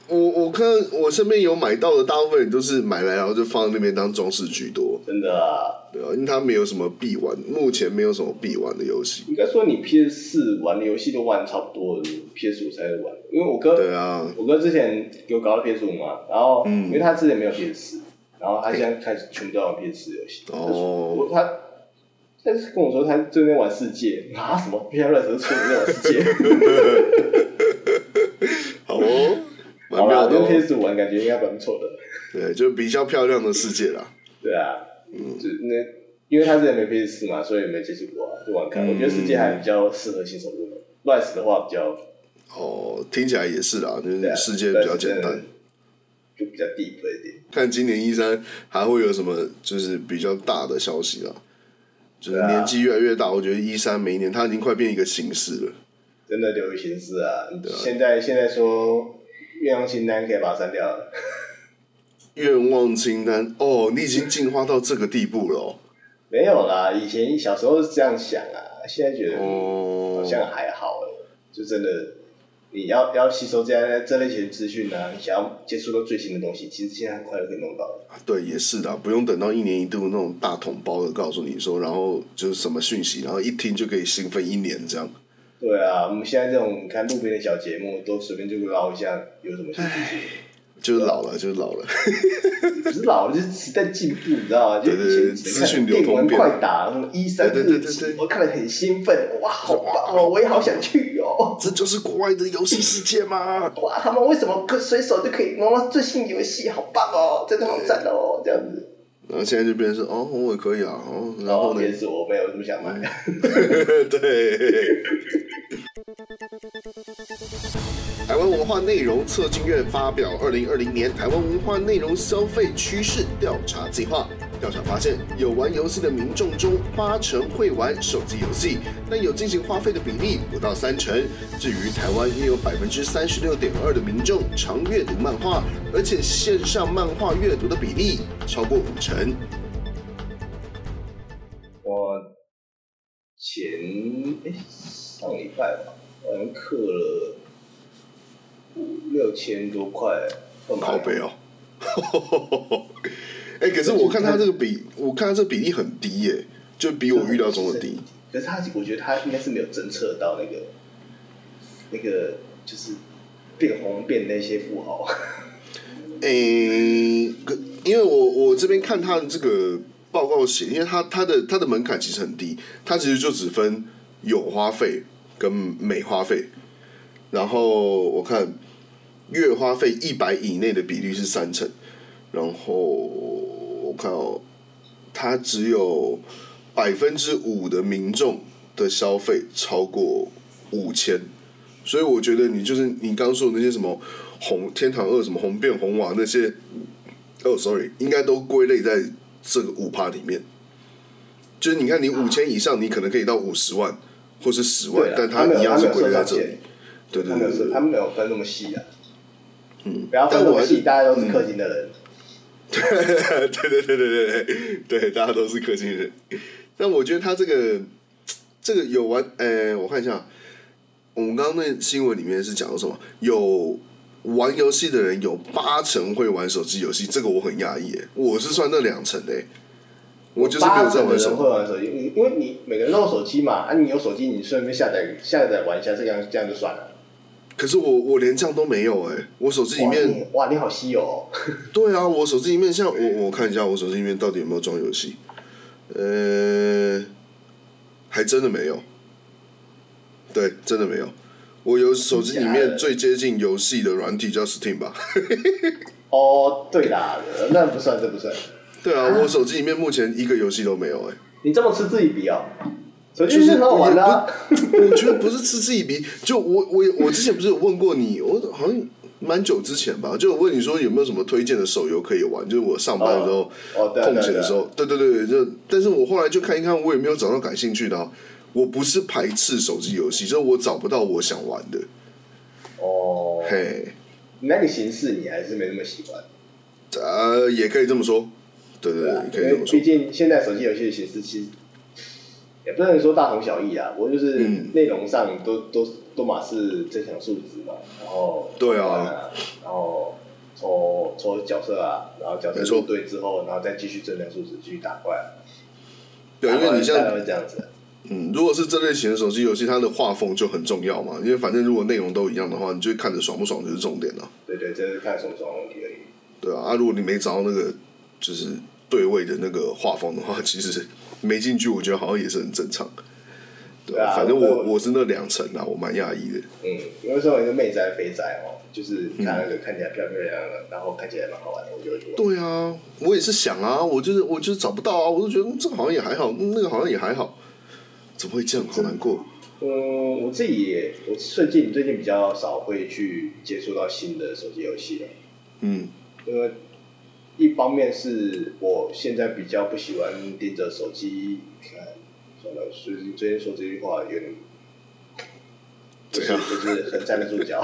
S1: 我我看我身边有买到的，大部分人都是买来然后就放在那边当装饰居多，
S3: 真的啊！
S1: 对啊，因为它没有什么必玩，目前没有什么必玩的游戏。
S3: 应该说你 PS 四玩的游戏都玩得差不多了，PS 五才会玩。因为我哥，
S1: 对啊，嗯
S3: 我哥之前给我搞到 PS 五嘛，然后、因为他之前没有 PS 四，然后他现在开始全部都玩 PS 四游戏。
S1: 哦
S3: 我他但是跟我说他最近在玩世界，拿什么 PS 乱神出名在玩世 界？
S1: 好哦，蛮
S3: 好啦，
S1: 妙
S3: 我
S1: 的、
S3: 跟 PS
S1: 哦。
S3: 五玩感觉应该蛮不错的。
S1: 对，就比较漂亮的世界啦。
S3: 对啊，
S1: 嗯
S3: 就那因为他之前没 PS 四嘛，所以没接触过啊，就玩看。
S1: 嗯
S3: 我觉得世界还比较适合新手入门，乱死的话比较
S1: 哦，听起来也是啦，就
S3: 对啊
S1: 是世界比较简，
S3: 乱
S1: 单
S3: 死。就比较 deep 一点。
S1: 看今年一三还会有什么就是比较大的消息啦。就是
S3: 对啊
S1: 年纪越来越大，我觉得一三每一年它已经快变一个形式了。
S3: 真的流行是啊，现在现在说愿望清单可以把它删掉了，
S1: 愿望清单哦，你已经进化到这个地步了哦。
S3: 没有啦，以前小时候是这样想啊，现在觉得好像
S1: 哦，
S3: 还好哎、就真的你要要吸收这样这类型的资讯啊，你想要接触到最新的东西，其实现在很快就可以弄到了。
S1: 对，也是的，不用等到一年一度那种大桶包的告诉你说，然后就是什么讯息，然后一听就可以兴奋一年这样。
S3: 对啊，我们现在这种你看路边的小节目，都随便就捞一下，有什么新资讯？
S1: 就是老
S3: 啊
S1: 了，就是老了。
S3: 不是老，就是时代进步，你知道吗？就
S1: 对对对
S3: 以前只
S1: 资
S3: 看
S1: 讯流
S3: 电
S1: 通
S3: 玩
S1: 变
S3: 快打，什么一三
S1: 对对
S3: 日
S1: 对对
S3: 记
S1: 对，
S3: 我看了很兴奋，哇，好棒哦，我也好想去哦。
S1: 这就是国外的游戏世界吗？
S3: 哇，他们为什么可随手就可以玩到最新游戏？好棒哦，真的好赞哦，这样子。
S1: 然后现在就变成是哦，我也可以啊，哦，然后呢？嗯
S3: 也是我没有这么想买。
S1: 对。台湾文化内容策进院发表《二零二零年台湾文化内容消费趋势调查计划》，调查发现，有玩游戏的民众中八成会玩手机游戏，但有进行花费的比例不到三成。至于台湾，约有百分之三十六点二的民众常阅读漫画，而且线上漫画阅读的比例超过五成。
S3: 我前哎、上礼拜吧，好像氪了五六千多块，干嘛
S1: 靠背哦。 哎、可是我看他这个比，我看他这比例很低耶、就比我预料中的低。
S3: 可是他，我觉得他应该是没有侦测到那个那个就是变红变那些富豪。
S1: 哎、可因为我我这边看他的这个报告写，因为他他的他的门槛其实很低，他其实就只分有花费跟没花费。然后我看月花费一百以内的比率是三成，然后我看哦，它只有百分之五的民众的消费超过五千，所以我觉得你就是你刚说的那些什么红天堂二什么红变红瓦那些，哦，sorry，应该都归类在这个五趴里面。就是你看，你五千以上，你可能可以到五十万或是十万
S3: 对，
S1: 但
S3: 啊他没有
S1: 一样是
S3: 他没
S1: 归
S3: 有
S1: 类在
S3: 算
S1: 这
S3: 到
S1: 里
S3: 钱。
S1: 对对
S3: 他没有
S1: 对
S3: 分，
S1: 对对，
S3: 他们没有分那么细啊。
S1: 嗯
S3: 不要分
S1: 但
S3: 那
S1: 我
S3: 么
S1: 还
S3: 细，
S1: 是
S3: 大家都是氪金的人。
S1: 对对对对对对对，大家都是氪金人。但我觉得他这个这个有玩，呃，我看一下，我们刚刚那新闻里面是讲的什么？有玩游戏的人有八成会玩手机游戏，这个我很讶异耶，我是算那两成的耶，我就是没
S3: 八
S1: 有在
S3: 成的
S1: 玩手
S3: 人
S1: 机
S3: 会。玩手机，因因为你每个人都有手机嘛，啊，你有手机，你顺便下载下载玩一下，这样这样就算了。
S1: 可是我我连这样都没有哎，我手机里
S3: 哇
S1: 面
S3: 你哇，你好稀有哦！
S1: 对啊，我手机里面像我我看一下我手机里面到底有没有装游戏，呃，还真的没有，对，真的没有。我有手机里
S3: 真假
S1: 面
S3: 的
S1: 最接近游戏的软体叫 Steam 吧？
S3: 哦，对啦，那不算，这不算。
S1: 对啊，我手机里面目前一个游戏都没有哎、
S3: 你这么嗤之以鼻哦，手机
S1: 就是是
S3: 很好玩的啊。
S1: 我觉得不是嗤之以鼻，就我我我之前不是有问过你，我好像蛮久之前吧，就我问你说有没有什么推荐的手游可以玩，就是我上班的时候、
S3: 哦对啊
S1: 空
S3: 对啊
S1: 闲的时候，对对对，就但是我后来就看一看，我也没有找到感兴趣的、啊。我不是排斥手机游戏，就是我找不到我想玩的。
S3: 哦，
S1: 嘿，
S3: 你那个形式你还是没那么喜欢。
S1: 呃，也可以这么说，对对对，
S3: 啊
S1: 可以这么说
S3: 毕。竟现在手机游戏的形式其实也不能说大同小异啊，不过就是
S1: 嗯
S3: 内容上都、都都嘛是增强数值嘛，然后
S1: 对啊
S3: 玩然后抽抽角色啊，然后角色
S1: 没错
S3: 入队之后，然后再继续增强数值，继续打怪，
S1: 对，因
S3: 打
S1: 为
S3: 怪
S1: 你
S3: 大概
S1: 像
S3: 会这样子。
S1: 嗯，如果是这类型的手机游戏，它的画风就很重要嘛，因为反正如果内容都一样的话，你就看着爽不爽就是重点了、
S3: 对对，这是看什么什么问题而已。
S1: 对啊，啊，如果你没找到那个就是对位的那个画风的话，其实没进去，我觉得好像也是很正常。对
S3: 对啊
S1: 反正我
S3: 对
S1: 我是那两层啊，我蛮讶异的。
S3: 嗯，因为身为一个妹仔肥仔哦，就是
S1: 嗯
S3: 看那个看起来漂漂亮亮的，然后看起来蛮好玩的，我就会觉得
S1: 对啊，我也是想啊，我就是我就是找不到啊，我就觉得、嗯、这个好像也还好，嗯那个好像也还好，怎么会这样？好难过。
S3: 嗯，我自己也，我最近最近比较少会去接触到新的手机游戏了，
S1: 嗯
S3: 因为一方面是我现在比较不喜欢盯着手机看，算了，最近最近说这句话有点，就
S1: 怎
S3: 是
S1: 样
S3: 就是很站得住脚，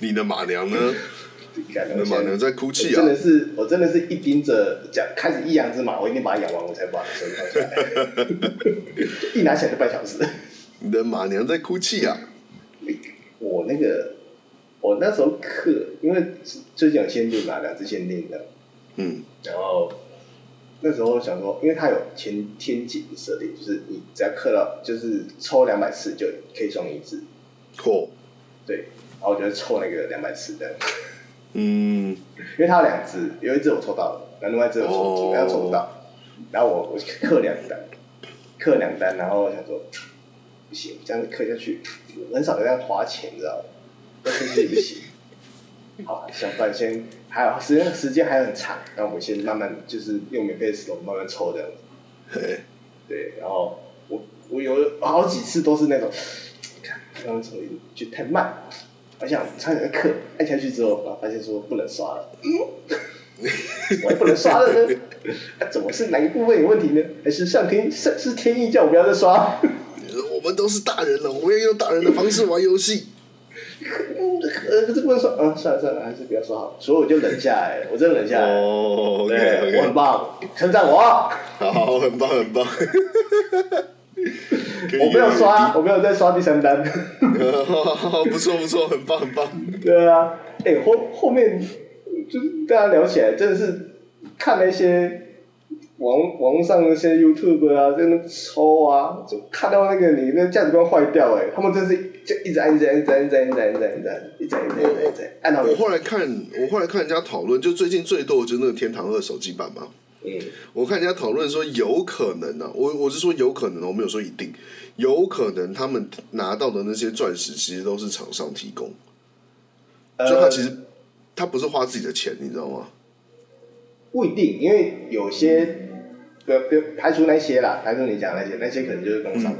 S1: 你的马娘呢？
S3: 感
S1: 你的马娘在哭
S3: 我
S1: 泣啊
S3: 真！的是，我真的是一盯着讲，开始一养只马，我一定把它养完，我才把手机拿下来， 一拿起来就半小时。
S1: 你的马娘在哭泣啊！
S3: 我那个，我那时候氪，因为最近有限定嘛，两只限定的，
S1: 嗯
S3: 然后那时候想说，因为它有前天井的设定，就是你只要氪到，就是抽两百次就可以送一只，
S1: 嚯，
S3: 对，然后我就抽那个两百次这样，
S1: 嗯，
S3: 因为它有两只，有一只我抽到了，然后另外一只我抽，
S1: 哦
S3: 主要抽不到，然后我我氪两单，氪两单，然后想说不行，这样子氪下去，我很少这样花钱，你知道吗？但是自己不行。好，想办法先还有时间时间还很长，那我们先慢慢就是用免费的石头慢慢抽这样子。
S1: 嘿，
S3: 对，然后我我有好几次都是那种，看刚刚抽一就太慢，我想差点克，按下去之后，然后发现说不能刷了，嗯，我还不能刷了呢，那、怎么是哪一部分有问题呢？还是上天是是天意叫我不要再刷？
S1: 我们都是大人了，我们要用大人的方式玩游戏。
S3: 嗯，呃，可是不能刷，啊，算了算了，还是不要刷好了，所以我就忍下来了，我真的忍下来了。
S1: 哦，OK
S3: 啊对，我很
S1: OK，
S3: 棒，称赞我啊！
S1: 好，很棒很 棒。可以
S3: 我没有刷，啊
S1: 有
S3: 我没有在刷第三单。
S1: 有有不错不错，很棒很棒。
S3: 对啊，哎、后后面就是大家聊起来，真的是看那些网网上那些 YouTube 啊，在那抽啊，就看到那个你那价值观坏掉、哎，他们真是就一直按，一直按，一直按，一直按，一直按，一直按，一直按，一直按，一直按，一直按一直按，按到
S1: 我
S3: 你，
S1: 后来看，我后来看人家讨论，就最近最多的就是那个《天堂二》手机版嘛。
S3: 嗯，
S1: 我看人家讨论说有可能呢、啊，我我是说有可能哦，我没有说一定，有可能他们拿到的那些钻石其实都是厂商提供，所以他
S3: 呃
S1: 其实他不是花自己的钱，你知道吗？
S3: 不一定，因为有些不要不要排除那些啦，排除你讲那些，那些可能就是工商。
S1: 嗯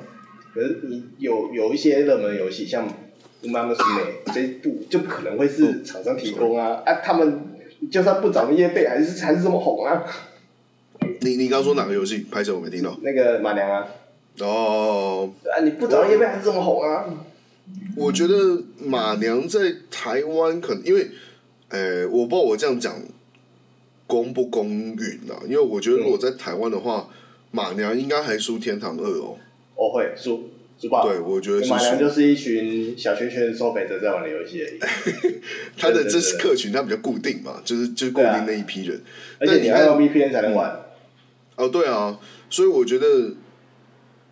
S3: 可是你有有一些热门游戏，像《乌妈妈是美》这一部，就不可能会是
S1: 嗯
S3: 厂商提供啊啊！他们就算不找业费，还是还是这么红啊！
S1: 你你刚刚说哪个游
S3: 嗯
S1: 戏？拍手我没听到。
S3: 那个马良啊，
S1: 哦，
S3: 啊你不找业费还是这么红啊！
S1: 我觉得马娘在台湾可能因为，呃，我不知道我这样讲公不公允啊，因为我觉得如果在台湾的话，马娘应该还输《天堂二》哦。
S3: 我会输输爆。
S1: 对，我觉得是
S3: 马良
S1: 输。
S3: 就是一群小圈圈收肥者在玩的游戏 而已，
S1: 他的
S3: 对对
S1: 这是
S3: 对
S1: 客群，他比较固定嘛，就是就是固定那一批人。
S3: 而且
S1: 但
S3: 你
S1: 你
S3: 还
S1: 看
S3: 要用 VPN 才能玩。
S1: 哦，对啊，所以我觉得，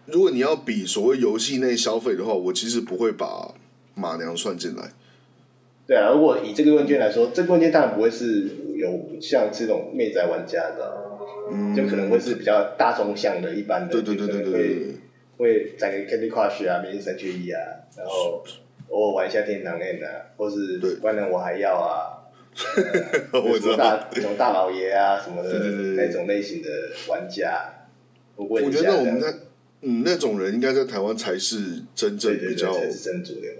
S1: 如果你要比所谓游戏内消费的话，我其实不会把马娘算进来。
S3: 对啊，如果以这个问卷来说，这个问卷当然不会是有像这种妹仔玩家的，啊
S1: 嗯，
S3: 就可能会是比较大众向的，一般的，
S1: 对对对对对对
S3: 会会在 Candy Crush 啊、明星三缺一啊，然后偶尔玩一下天堂 N 啊，或是
S1: 对
S3: 万能我还要 啊，呃
S1: 对，我
S3: 什
S1: 知
S3: 么
S1: 道。
S3: 大什么大老爷啊什么的
S1: 对对对对
S3: 那种类型的玩家，我问
S1: 我
S3: 一
S1: 觉
S3: 下，
S1: 得那种那
S3: 这样
S1: 嗯那种人，应该在台湾才是真正
S3: 对对
S1: 比
S3: 对，
S1: 较
S3: 才是真主流。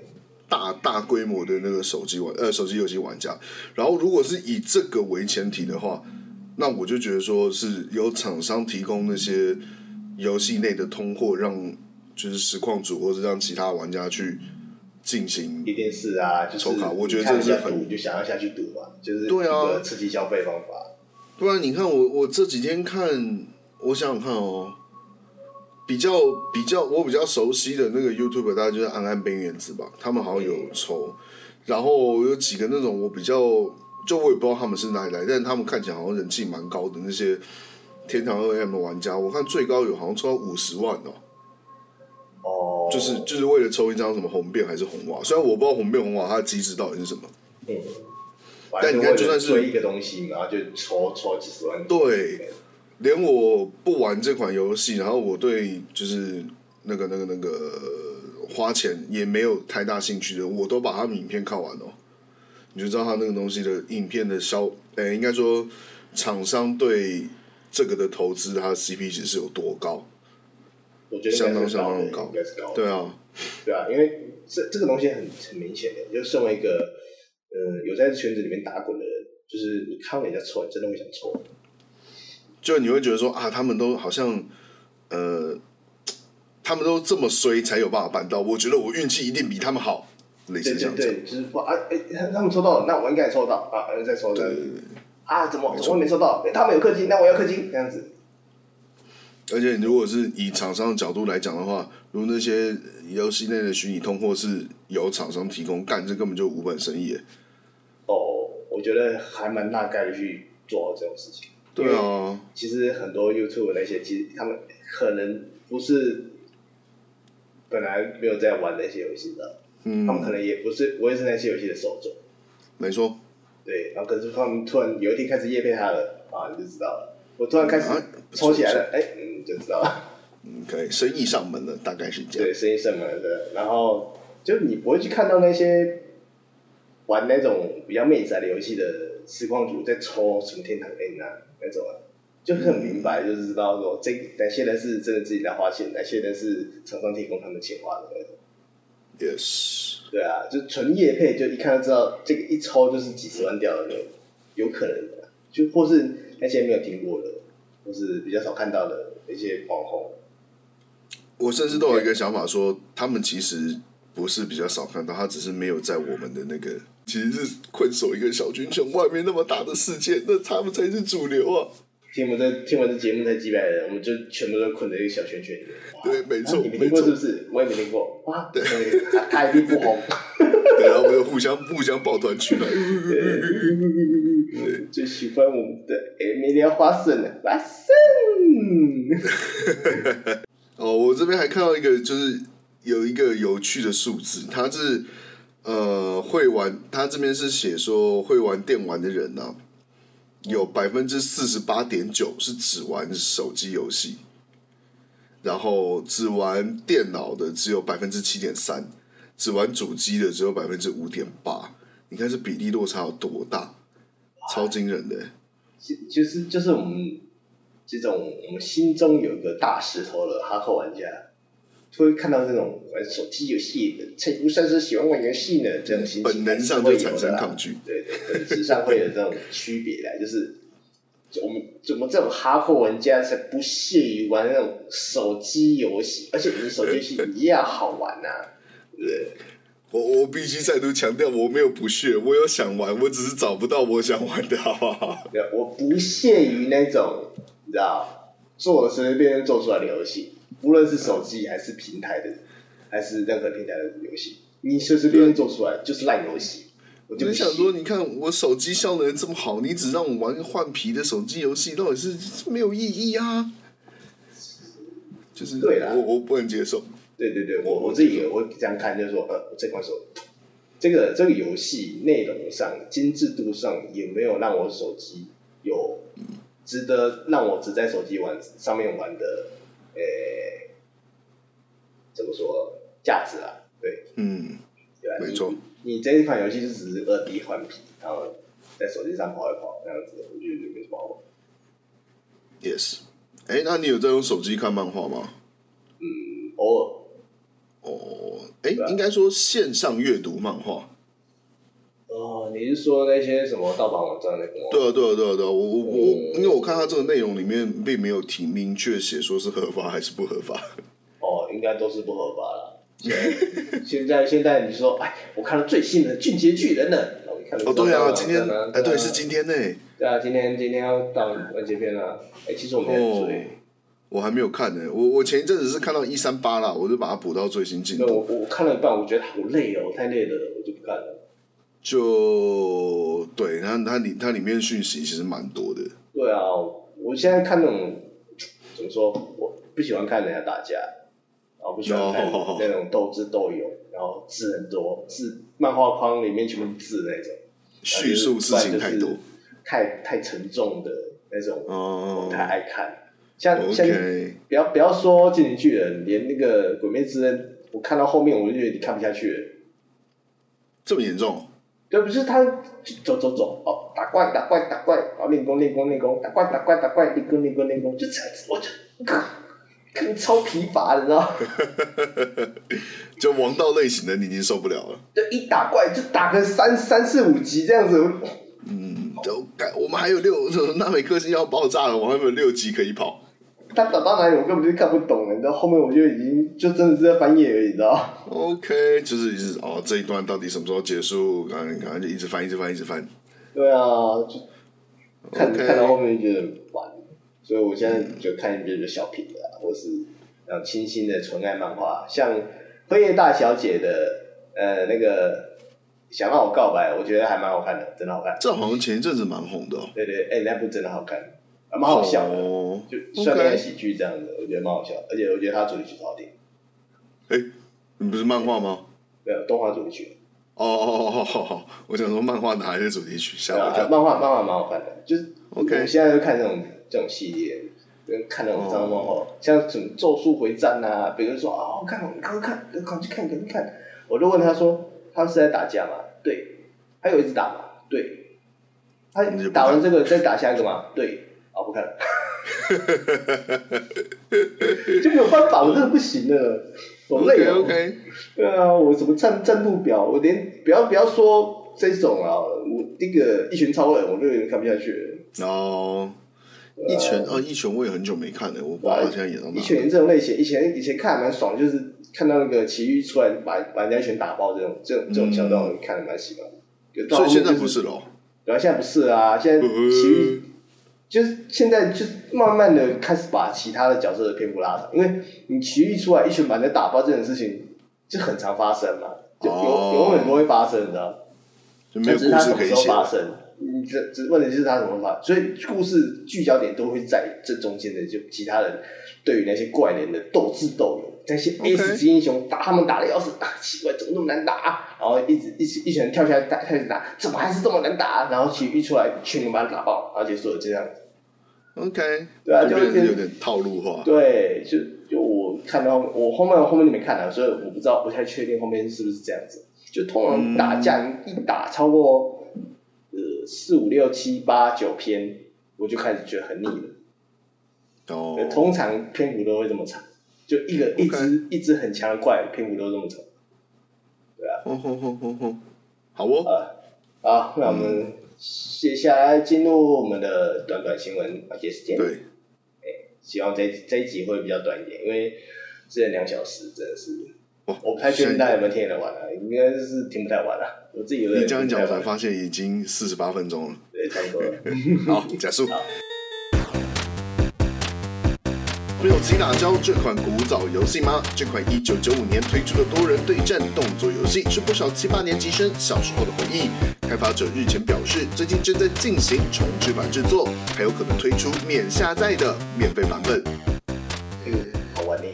S1: 大大规模的那个手机玩呃手机游戏玩家。然后如果是以这个为前提的话，那我就觉得说是由厂商提供那些游戏内的通货，让就是实况组或者让其他玩家去进行
S3: 一。定是啊，就是
S1: 抽卡我觉得
S3: 你看
S1: 这是
S3: 人家
S1: 很
S3: 赌就想要下去赌嘛，就是
S1: 对啊
S3: 一个刺激消费方法。
S1: 不然你看我我这几天看，我想想看哦。比较比较，我比较熟悉的那个 YouTube，大概就是安安边缘子吧，他们好像有抽，然后有几个那种我比较，就我也不知道他们是哪里来，但是他们看起来好像人气蛮高的那些天堂二 M 的玩家，我看最高有好像抽到五十万哦、
S3: 哦，
S1: 就是就是为了抽一张什么红变还是红瓦，虽然我不知道红变红瓦它的机制到底是什么，
S3: 嗯，反
S1: 但
S3: 正
S1: 你
S3: 为
S1: 看
S3: 了
S1: 就算是
S3: 追一个东西嘛，然后就抽抽几十万。
S1: 对，连我不玩这款游戏，然后我对就是那个那个那个呃花钱也没有太大兴趣的，我都把他们影片看完哦。你就知道他那个东西的影片的销，呃、应该说厂商对这个的投资，它的 CP 值是有多高？
S3: 我觉得应该
S1: 相当
S3: 是高的，
S1: 相当高
S3: 应该是高的。
S1: 对啊，
S3: 对啊，因为这这个东西很很明显的，就是身为一个呃有在这圈子里面打滚的人，就是你看到人家抽，你真的会想抽。
S1: 就你会觉得说啊，他们都好像呃，他们都这么衰才有办法办到，我觉得我运气一定比他们好，类
S3: 对
S1: 似这
S3: 对
S1: 样子。
S3: 对，就是哇，啊哎、他他们抽到了，那我应该也抽到啊，呃再抽到
S1: 对对对
S3: 啊，怎么怎么会没抽到？哎、他们有氪金，那我要氪金，这样子。
S1: 而且如果是以厂商的角度来讲的话，如那些游戏内的虚拟通货是由厂商提供，干这根本就无本生意耶。
S3: 哦，我觉得还蛮大概率去做这种事情。
S1: 对啊，
S3: 其实很多 YouTube 那些，其实他们可能不是本来没有在玩那些游戏的，他们可
S1: 嗯，
S3: 能也不是我也是那些游戏的受众。
S1: 没错。
S3: 对，然后可是他们突然有一天开始夜配他了啊，你就知道了。我突然开始
S1: 啊
S3: 抽起来了，哎、嗯，就知道了。
S1: OK，生意上门了，大概是这样。
S3: 对，生意上门了，对。然后就你不会去看到那些玩那种比较媚宅的游戏的实况主在抽什么天堂 N 啊那种啊，就很明白，就是知道说这哪些人是真的自己在花钱，哪些人是厂商提供他们钱花的那种。
S1: Yes，
S3: 对啊，就纯夜配，就一看就知道这个一抽就是几十万掉的那种，有可能的啊、就或是那些没有听过的，或是比较少看到的那些网红，
S1: 我甚至都有一个想法说，他们其实不是比较少看到，他只是没有在我们的那个，其实是困守一个小军圈外面那么大的世界，那他们才是主流啊。
S3: 听我们这听我们这节目才几百人，我们就全部都困在一个小圈圈里面。哇
S1: 对没错
S3: 啊你没听过
S1: 没
S3: 是
S1: 错
S3: 不是？我也没听过啊，对，他他一定不红。
S1: 对，然后我们就互相互相抱团取暖。
S3: 对最喜欢我们的 Emily 花生了，花生。
S1: 哦，我这边还看到一个，就是有一个有趣的数字，它是呃会玩，它这边是写说会玩电玩的人呢、有百分之四十八点九是只玩手机游戏，然后只玩电脑的只有百分之七点三，只玩主机的只有百分之五点八，你看这比例落差有多大，超惊人的、
S3: 其就是就是我们这种我们心中有一个大石头的哈扣玩家，就会看到这种玩手机游戏的，才不算是喜欢玩游戏呢，这种心情
S1: 本能上
S3: 还是
S1: 就
S3: 会有
S1: 产
S3: 的
S1: 生
S3: 啦
S1: 抗拒。
S3: 对对，本质上会有这种区别来，就是就我们我们这种哈扣玩家才不屑于玩那种手机游戏，而且你手机游戏一样好玩呐、
S1: 我我必须再度强调，我没有不屑，我有想玩，我只是找不到我想玩的，好不好？
S3: 对，我不屑于那种你知道做随随便便做出来的游戏，无论是手机还是平台的，还是任何平台的游戏，你随随便便做出来就是烂游戏。
S1: 我
S3: 我就
S1: 就
S3: 不
S1: 想
S3: 信
S1: 说， 你看我手机效能这么好，你只让我玩个换皮的手机游戏，到底是没有意义啊？就是
S3: 对啦
S1: 我我不能接受。
S3: 对对对，我我自己也会这样看，就是说，呃，这款手这个这个游戏内容上精致度上也没有让我手机有值得让我只在手机玩上面玩的，呃，怎么说价值啊？对，
S1: 嗯，
S3: 对吧？
S1: 没错
S3: 你，你这一款游戏就只是二 D 换皮，然后在手机上跑一跑这样子，我觉得没什么好玩。
S1: ，yes。哎、那你有在用手机看漫画吗？
S3: 嗯，偶尔
S1: 哦，哎、
S3: 对啊
S1: 应该说线上阅读漫画。
S3: 哦，你是说那些什么盗版网站那个吗？
S1: 对啊，对啊，对啊，对啊，我我我，
S3: 哦
S1: 因为我看它这个内容里面并没有挺明确写说是合法还是不合法。
S3: 哦，应该都是不合法了。现在 现在现在你说，哎，我看了最新的《进阶巨人》了。然后你看了
S1: 哦，对啊，
S3: 知道
S1: 今天
S3: 对啊
S1: 哎，对，是今天呢、
S3: 对啊，今天今天要到完结篇了。哎，其实我
S1: 哦
S3: 没有追，
S1: 我还没有看呢、我我前一阵子是看到一三八啦，我就把它补到最新进
S3: 那我
S1: 度。
S3: 我我看了一半，我觉得好累哦，太累了，我就不看了。
S1: 就对它它里它里面讯息其实蛮多的，
S3: 对啊，我现在看那种怎么说，我不喜欢看人家打架，然后不喜欢看
S1: 哦
S3: 那种斗智斗勇，然后字很多，字漫画框里面全部字那种。
S1: 叙述事情太多，
S3: 太太沉重的那种，我
S1: 哦
S3: 不太爱看。像像
S1: ，OK，
S3: 不要不要说《进击巨人》，连那个《鬼灭之刃》，我看到后面我就觉得你看不下去了。
S1: 这么严重？
S3: 对，不是他走走走哦，打怪打怪打怪，哦练功练功练功，打怪打怪打怪，练功练功练功，就这样子，我就看超疲乏，你知道吗？
S1: 就王道类型的你已经受不了了。
S3: 就一打怪就打个三三四五级这样子，我
S1: 嗯，就改我们还有六， 纳美克星要爆炸了，我们还有六级可以跑。
S3: 他打到哪里我根本就看不懂了，你知道后面我就已经就真的是在翻页而已，你知道吗？
S1: OK，就是一直哦，这一段到底什么时候结束？然后然后就一直翻，一直翻，一直翻。
S3: 对啊，就看
S1: OK
S3: 看到后面就觉得很烦，所以我现在就看一些就小品的、啊，或是那种清新的纯爱漫画，像《辉夜大小姐》的呃那个想让我告白，我觉得还蛮好看的，真的好看。
S1: 这好像前一阵子蛮红的、哦，
S3: 对对，哎、那部真的好看，还蛮好笑的，
S1: 哦
S3: 就算恋爱
S1: OK，
S3: 喜剧这样的，我觉得蛮好笑，而且我觉得它主题曲超好听，
S1: 你不是漫画吗？
S3: 没有动画主题曲，
S1: 哦哦哦哦哦！我想说漫画哪来的主题曲？吓
S3: 对
S1: 我
S3: 啊
S1: 一，跳。
S3: 漫画漫画蛮好看的，就是
S1: OK
S3: 我现在就看这种这种系列，跟看那种
S1: 哦
S3: 张漫画，像什么《咒术回战》啊，别人说啊，我看，我看，我看，我看，去看，赶紧看。我就问他说，他是在打架吗？对。他有一直打吗？对。他
S1: 你就不
S3: 打完
S1: 看
S3: 这个再打下一个吗？对。啊，不看了。 就没有办法，我真的不行了，我累
S1: OK
S3: 哦了。
S1: OK，
S3: 对啊，我什么战战路表，我连不要不要说这种啊，我那个一拳超人，我都有点看不下去了。
S1: 然后一拳啊，一拳我也很久没看了，我不知道他现在演到哪
S3: 一
S1: 里。
S3: 拳这种类型，以前以前看还蛮爽，就是看到那个奇遇出来把把人家一拳打爆这种这种这种桥段，我看的蛮喜欢的。就到
S1: 嗯所以现在
S3: 后面就
S1: 不是，了哦。
S3: 对啊，现在不是啊，现在奇
S1: 嗯
S3: 遇就是现在就是慢慢的开始把其他的角色的篇幅拉长，因为你奇遇出来一拳把人家打爆这种事情，就很常发生嘛，就永、
S1: 哦
S3: 永远都会发生，你知道吗？
S1: 就没有故
S3: 只是它什
S1: 事
S3: 么
S1: 可以
S3: 时候
S1: 写。
S3: 发生，你这只问题是它怎么发，所以故事聚焦点都会在这中间的，就其他人对于那些怪人的斗智斗勇，那些
S1: OK
S3: A 十级英雄打他们打的要死，打奇怪怎么那么难打、啊，然后一直一直一拳跳下来打开始打，怎么还是这么难打、啊，然后奇遇出来全部把他打爆，然后结束了这样。
S1: OK，
S3: 对啊
S1: 就
S3: 就
S1: 变得
S3: 是
S1: 有点套路化。
S3: 对，就就我看到我后面我后面你没看啊，所以我不知道，不太确定后面是不是这样子。就通
S1: 嗯
S3: 常打架一打超过呃四五六七八九篇，我就开始觉得很腻了。
S1: 哦，
S3: 通常篇幅都会这么长，就一个一
S1: OK
S3: 只一只很强的怪篇幅都这么长
S1: 吼吼吼吼吼，好哦，
S3: 啊。好，那我
S1: 嗯
S3: 们接下来进入我们的短短新闻环节时间。
S1: 对，
S3: 希望这这一集会比较短一点，因为之前两小时真的是，
S1: 哇
S3: 我不太确定大家有没有听得完啊，应该是听不太完了、我自己有点
S1: 你这样讲我
S3: 听不太
S1: 才发
S3: 完
S1: 现已经四十八分钟了。
S3: 对，差不多了。
S1: 好，结束。没有击打胶这款古早游戏吗？这款一九九五年推出的多人对战动作游戏，是不少七八年级生小时候的回忆。开发者日前表示，最近正在进行重制版制作，还有可能推出免下载的免费版本。
S3: 嗯，好玩呢，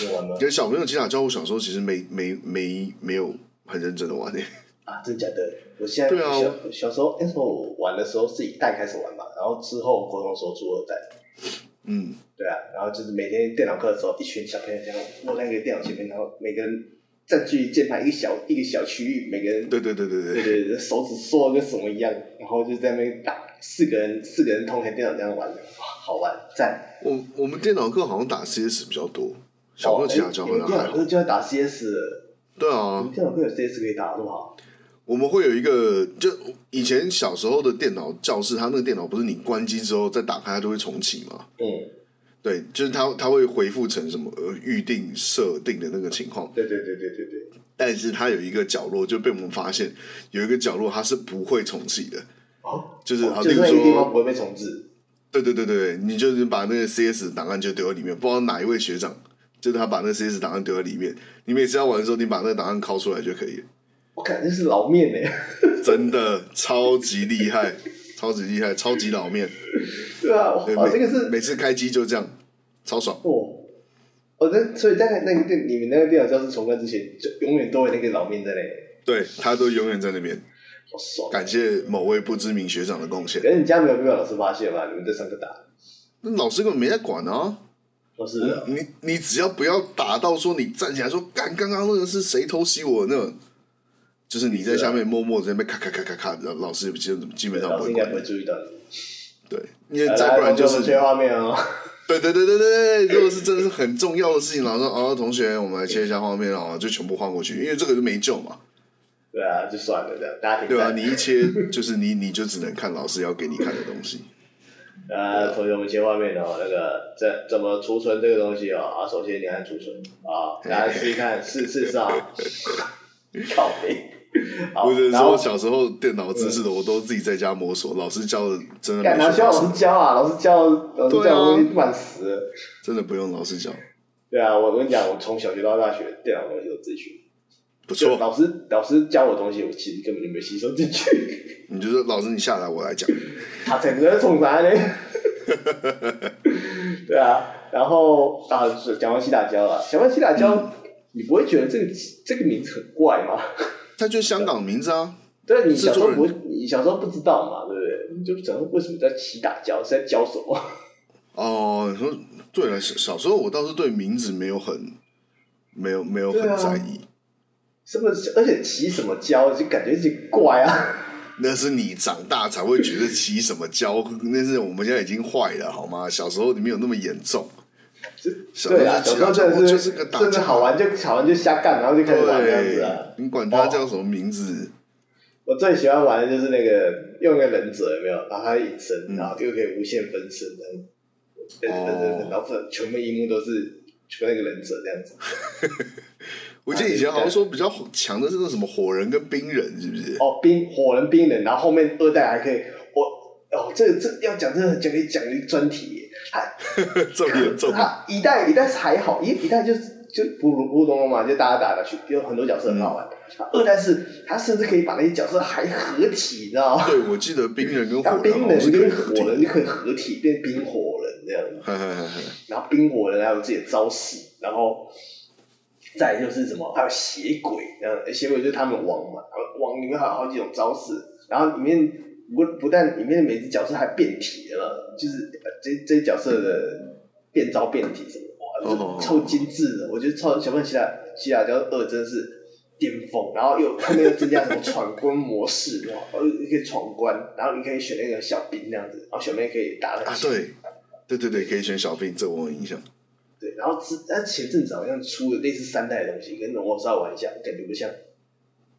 S3: 你有玩吗？
S1: 跟小朋友击打胶，我小时候其实没没没没有很认真的玩诶、
S3: 啊，真假的？我现在
S1: 对啊
S3: 小小时候那时候我玩的时候是以代开始玩嘛，然后之后国中的时候出二代，
S1: 嗯，
S3: 对啊，然后就是每天电脑课的时候，一群小朋友这样坐在那个电脑前面，然后每个人占据键盘一个小一个小区域，每个 人
S1: 对对对对
S3: 对
S1: 对，
S3: 对对，手指缩得跟什么一样，然后就在那边打，四个人四个人通台电脑这样玩的，哇，好玩，赞！
S1: 我我们电脑课好像打 CS 比较多，小朋友击打胶
S3: 哦
S1: 好
S3: 哎你
S1: 像
S3: 们电
S1: 还
S3: 脑
S1: 好
S3: 课。就要打 CS，了
S1: 对啊
S3: 你，们电脑课有 CS 可以打，多好！
S1: 我们会有一个，就以前小时候的电脑教室，它那个电脑不是你关机之后再打开，它就会重启嘛？
S3: 嗯，
S1: 对，就是它它会回复成什么呃预定设定的那个情况，
S3: 对对对对对对，
S1: 但是它有一个角落就被我们发现，有一个角落它是不会重启的，
S3: 哦，
S1: 就是
S3: 哦
S1: 好
S3: 就是那
S1: 例
S3: 个
S1: 如说
S3: 地方不会被重置，
S1: 对对对对，你就是把那个 CS 档案就丢在里面，不知道哪一位学长，就是他把那个 CS 档案丢在里面，你每次要玩的时候，你把那个档案拷出来就可以了。
S3: 我感觉是老面呢。
S1: 真的超级厉害，超级厉害，超级老面。
S3: 对啊，哇
S1: 对，，
S3: 哇
S1: 每
S3: 这个是
S1: 每次开机就这样，超爽。
S3: 哦。哦，那所以在那那个电你们那个电脑教室重关之前，就永远都有那个老面在那里。
S1: 对他都永远在那边，
S3: 好爽。
S1: 感谢某位不知名学长的贡献
S3: 可。是你这样没有被老师发现吧？你们在上课打，
S1: 那老师根本没在管啊，
S3: 都是的
S1: 你你只要不要打到说你站起来说干刚刚那个是谁偷袭我呢？就是你在下面默默在那边咔咔咔咔咔，老老师基本基本上
S3: 老
S1: 不
S3: 师
S1: 会
S3: 应该
S1: 管
S3: 不。会注意到你。
S1: 对，因为再不然就是
S3: 呃来来同学我们切画面哦。
S1: 对对对对对对，如果是真的是很重要的事情，老师说哦，同学，我们来切一下画面哦，就全部换过去，因为这个就没救嘛，
S3: 对啊，就算了，这样大家停
S1: 对吧、
S3: 战
S1: 你一切就是你你就只能看老师要给你看的东西。
S3: 呃，同学们切画面哦，那个怎怎么储存这个东西哦？啊，首先你按储存啊，大家试一看，试试试啊，靠背。好
S1: 我只，能
S3: 然后
S1: 说小时候电脑知识的我都自己在家摸索，老师教的真的
S3: 干哪
S1: 没
S3: 需要老师教啊？老师教，老师
S1: 对啊
S3: 教的东西乱死了。
S1: 真的不用老师教，
S3: 对啊，我跟你讲，我从小学到大学，电脑东西都自己学。
S1: 不
S3: 就
S1: 错。
S3: 老师老师教我的东西，我其实根本就没吸收进去。
S1: 你就说老师你下来我来讲，
S3: 他整个冲 啥呢？对啊，然后啊，讲完西打胶了，讲完西打胶，
S1: 嗯
S3: 你不会觉得这个这个名字很怪吗？
S1: 他就是香港名字啊，
S3: 对，你小时候
S1: 制
S3: 不
S1: 作
S3: 会，你小时候不知道嘛，对不对？你就想说为什么叫西打胶是在教什么？
S1: 哦，你说对了，小小时候我倒是对名字没有很没有没有
S3: 对啊
S1: 很在意，
S3: 什么？而且骑什么胶，就感觉自己怪啊。
S1: 那是你长大才会觉得起什么胶，那是我们现在已经坏了好吗？小时候你没有那么严重，小
S3: 对啊，小
S1: 起
S3: 时候
S1: 来
S3: 真
S1: 我
S3: 的
S1: 就是是个大
S3: 真的
S1: 家
S3: 好玩就好玩就瞎干，然后就开始玩这样子啊。哦
S1: 对，你管他叫什么名字，
S3: 我最喜欢玩的就是那个用一个忍者有没有，然后他隐身，
S1: 嗯
S3: 然后又可以无限分身，这样子分身分身分
S1: 哦
S3: 身，然后全部一幕都是全部那个忍者这样子。
S1: 我记得以前好像说比较强的是那什么火人跟冰人，是不是？
S3: 哦，冰火人冰人，然后后面二代还可以，我哦，这这要讲真的讲可以讲一个专题耶，他
S1: 这么严重？
S3: 他一代一代是还好，一一代就是就普普普通通嘛，就大家打打去，有很多角色很好玩。他
S1: 嗯
S3: 二代是他甚至可以把那些角色还合体，你知道吗？
S1: 对，哦我记得冰人跟
S3: 然
S1: 火
S3: 后啊冰
S1: 人好像是
S3: 人
S1: 可以
S3: 跟
S1: 合
S3: 火
S1: 体
S3: 人就可以合体变冰火人这样子。
S1: 嘿嘿嘿嘿
S3: 然后冰火人还有自己的招式，然后再来就是什么，还有邪鬼，嗯，邪鬼就是他们的王嘛，然后王里面还有好几种招式，然后里面不不但里面每只角色还变体了，就是呃这这些角色的变招变体什么，
S1: 哦
S3: 哇，这超精致的，我觉得超小朋友希腊希腊叫二真是。巅峰，然后又后面又增加什么闯关模式，然后又可以闯关，然后你可以选那个小兵那样子，然后小兵也可以打得很
S1: 啊，
S3: 强
S1: 对，对对对，可以选小兵，这我有印象。
S3: 对，然后之但前阵子好像出了类似三代的东西，跟龙王稍微玩一下，感觉不像，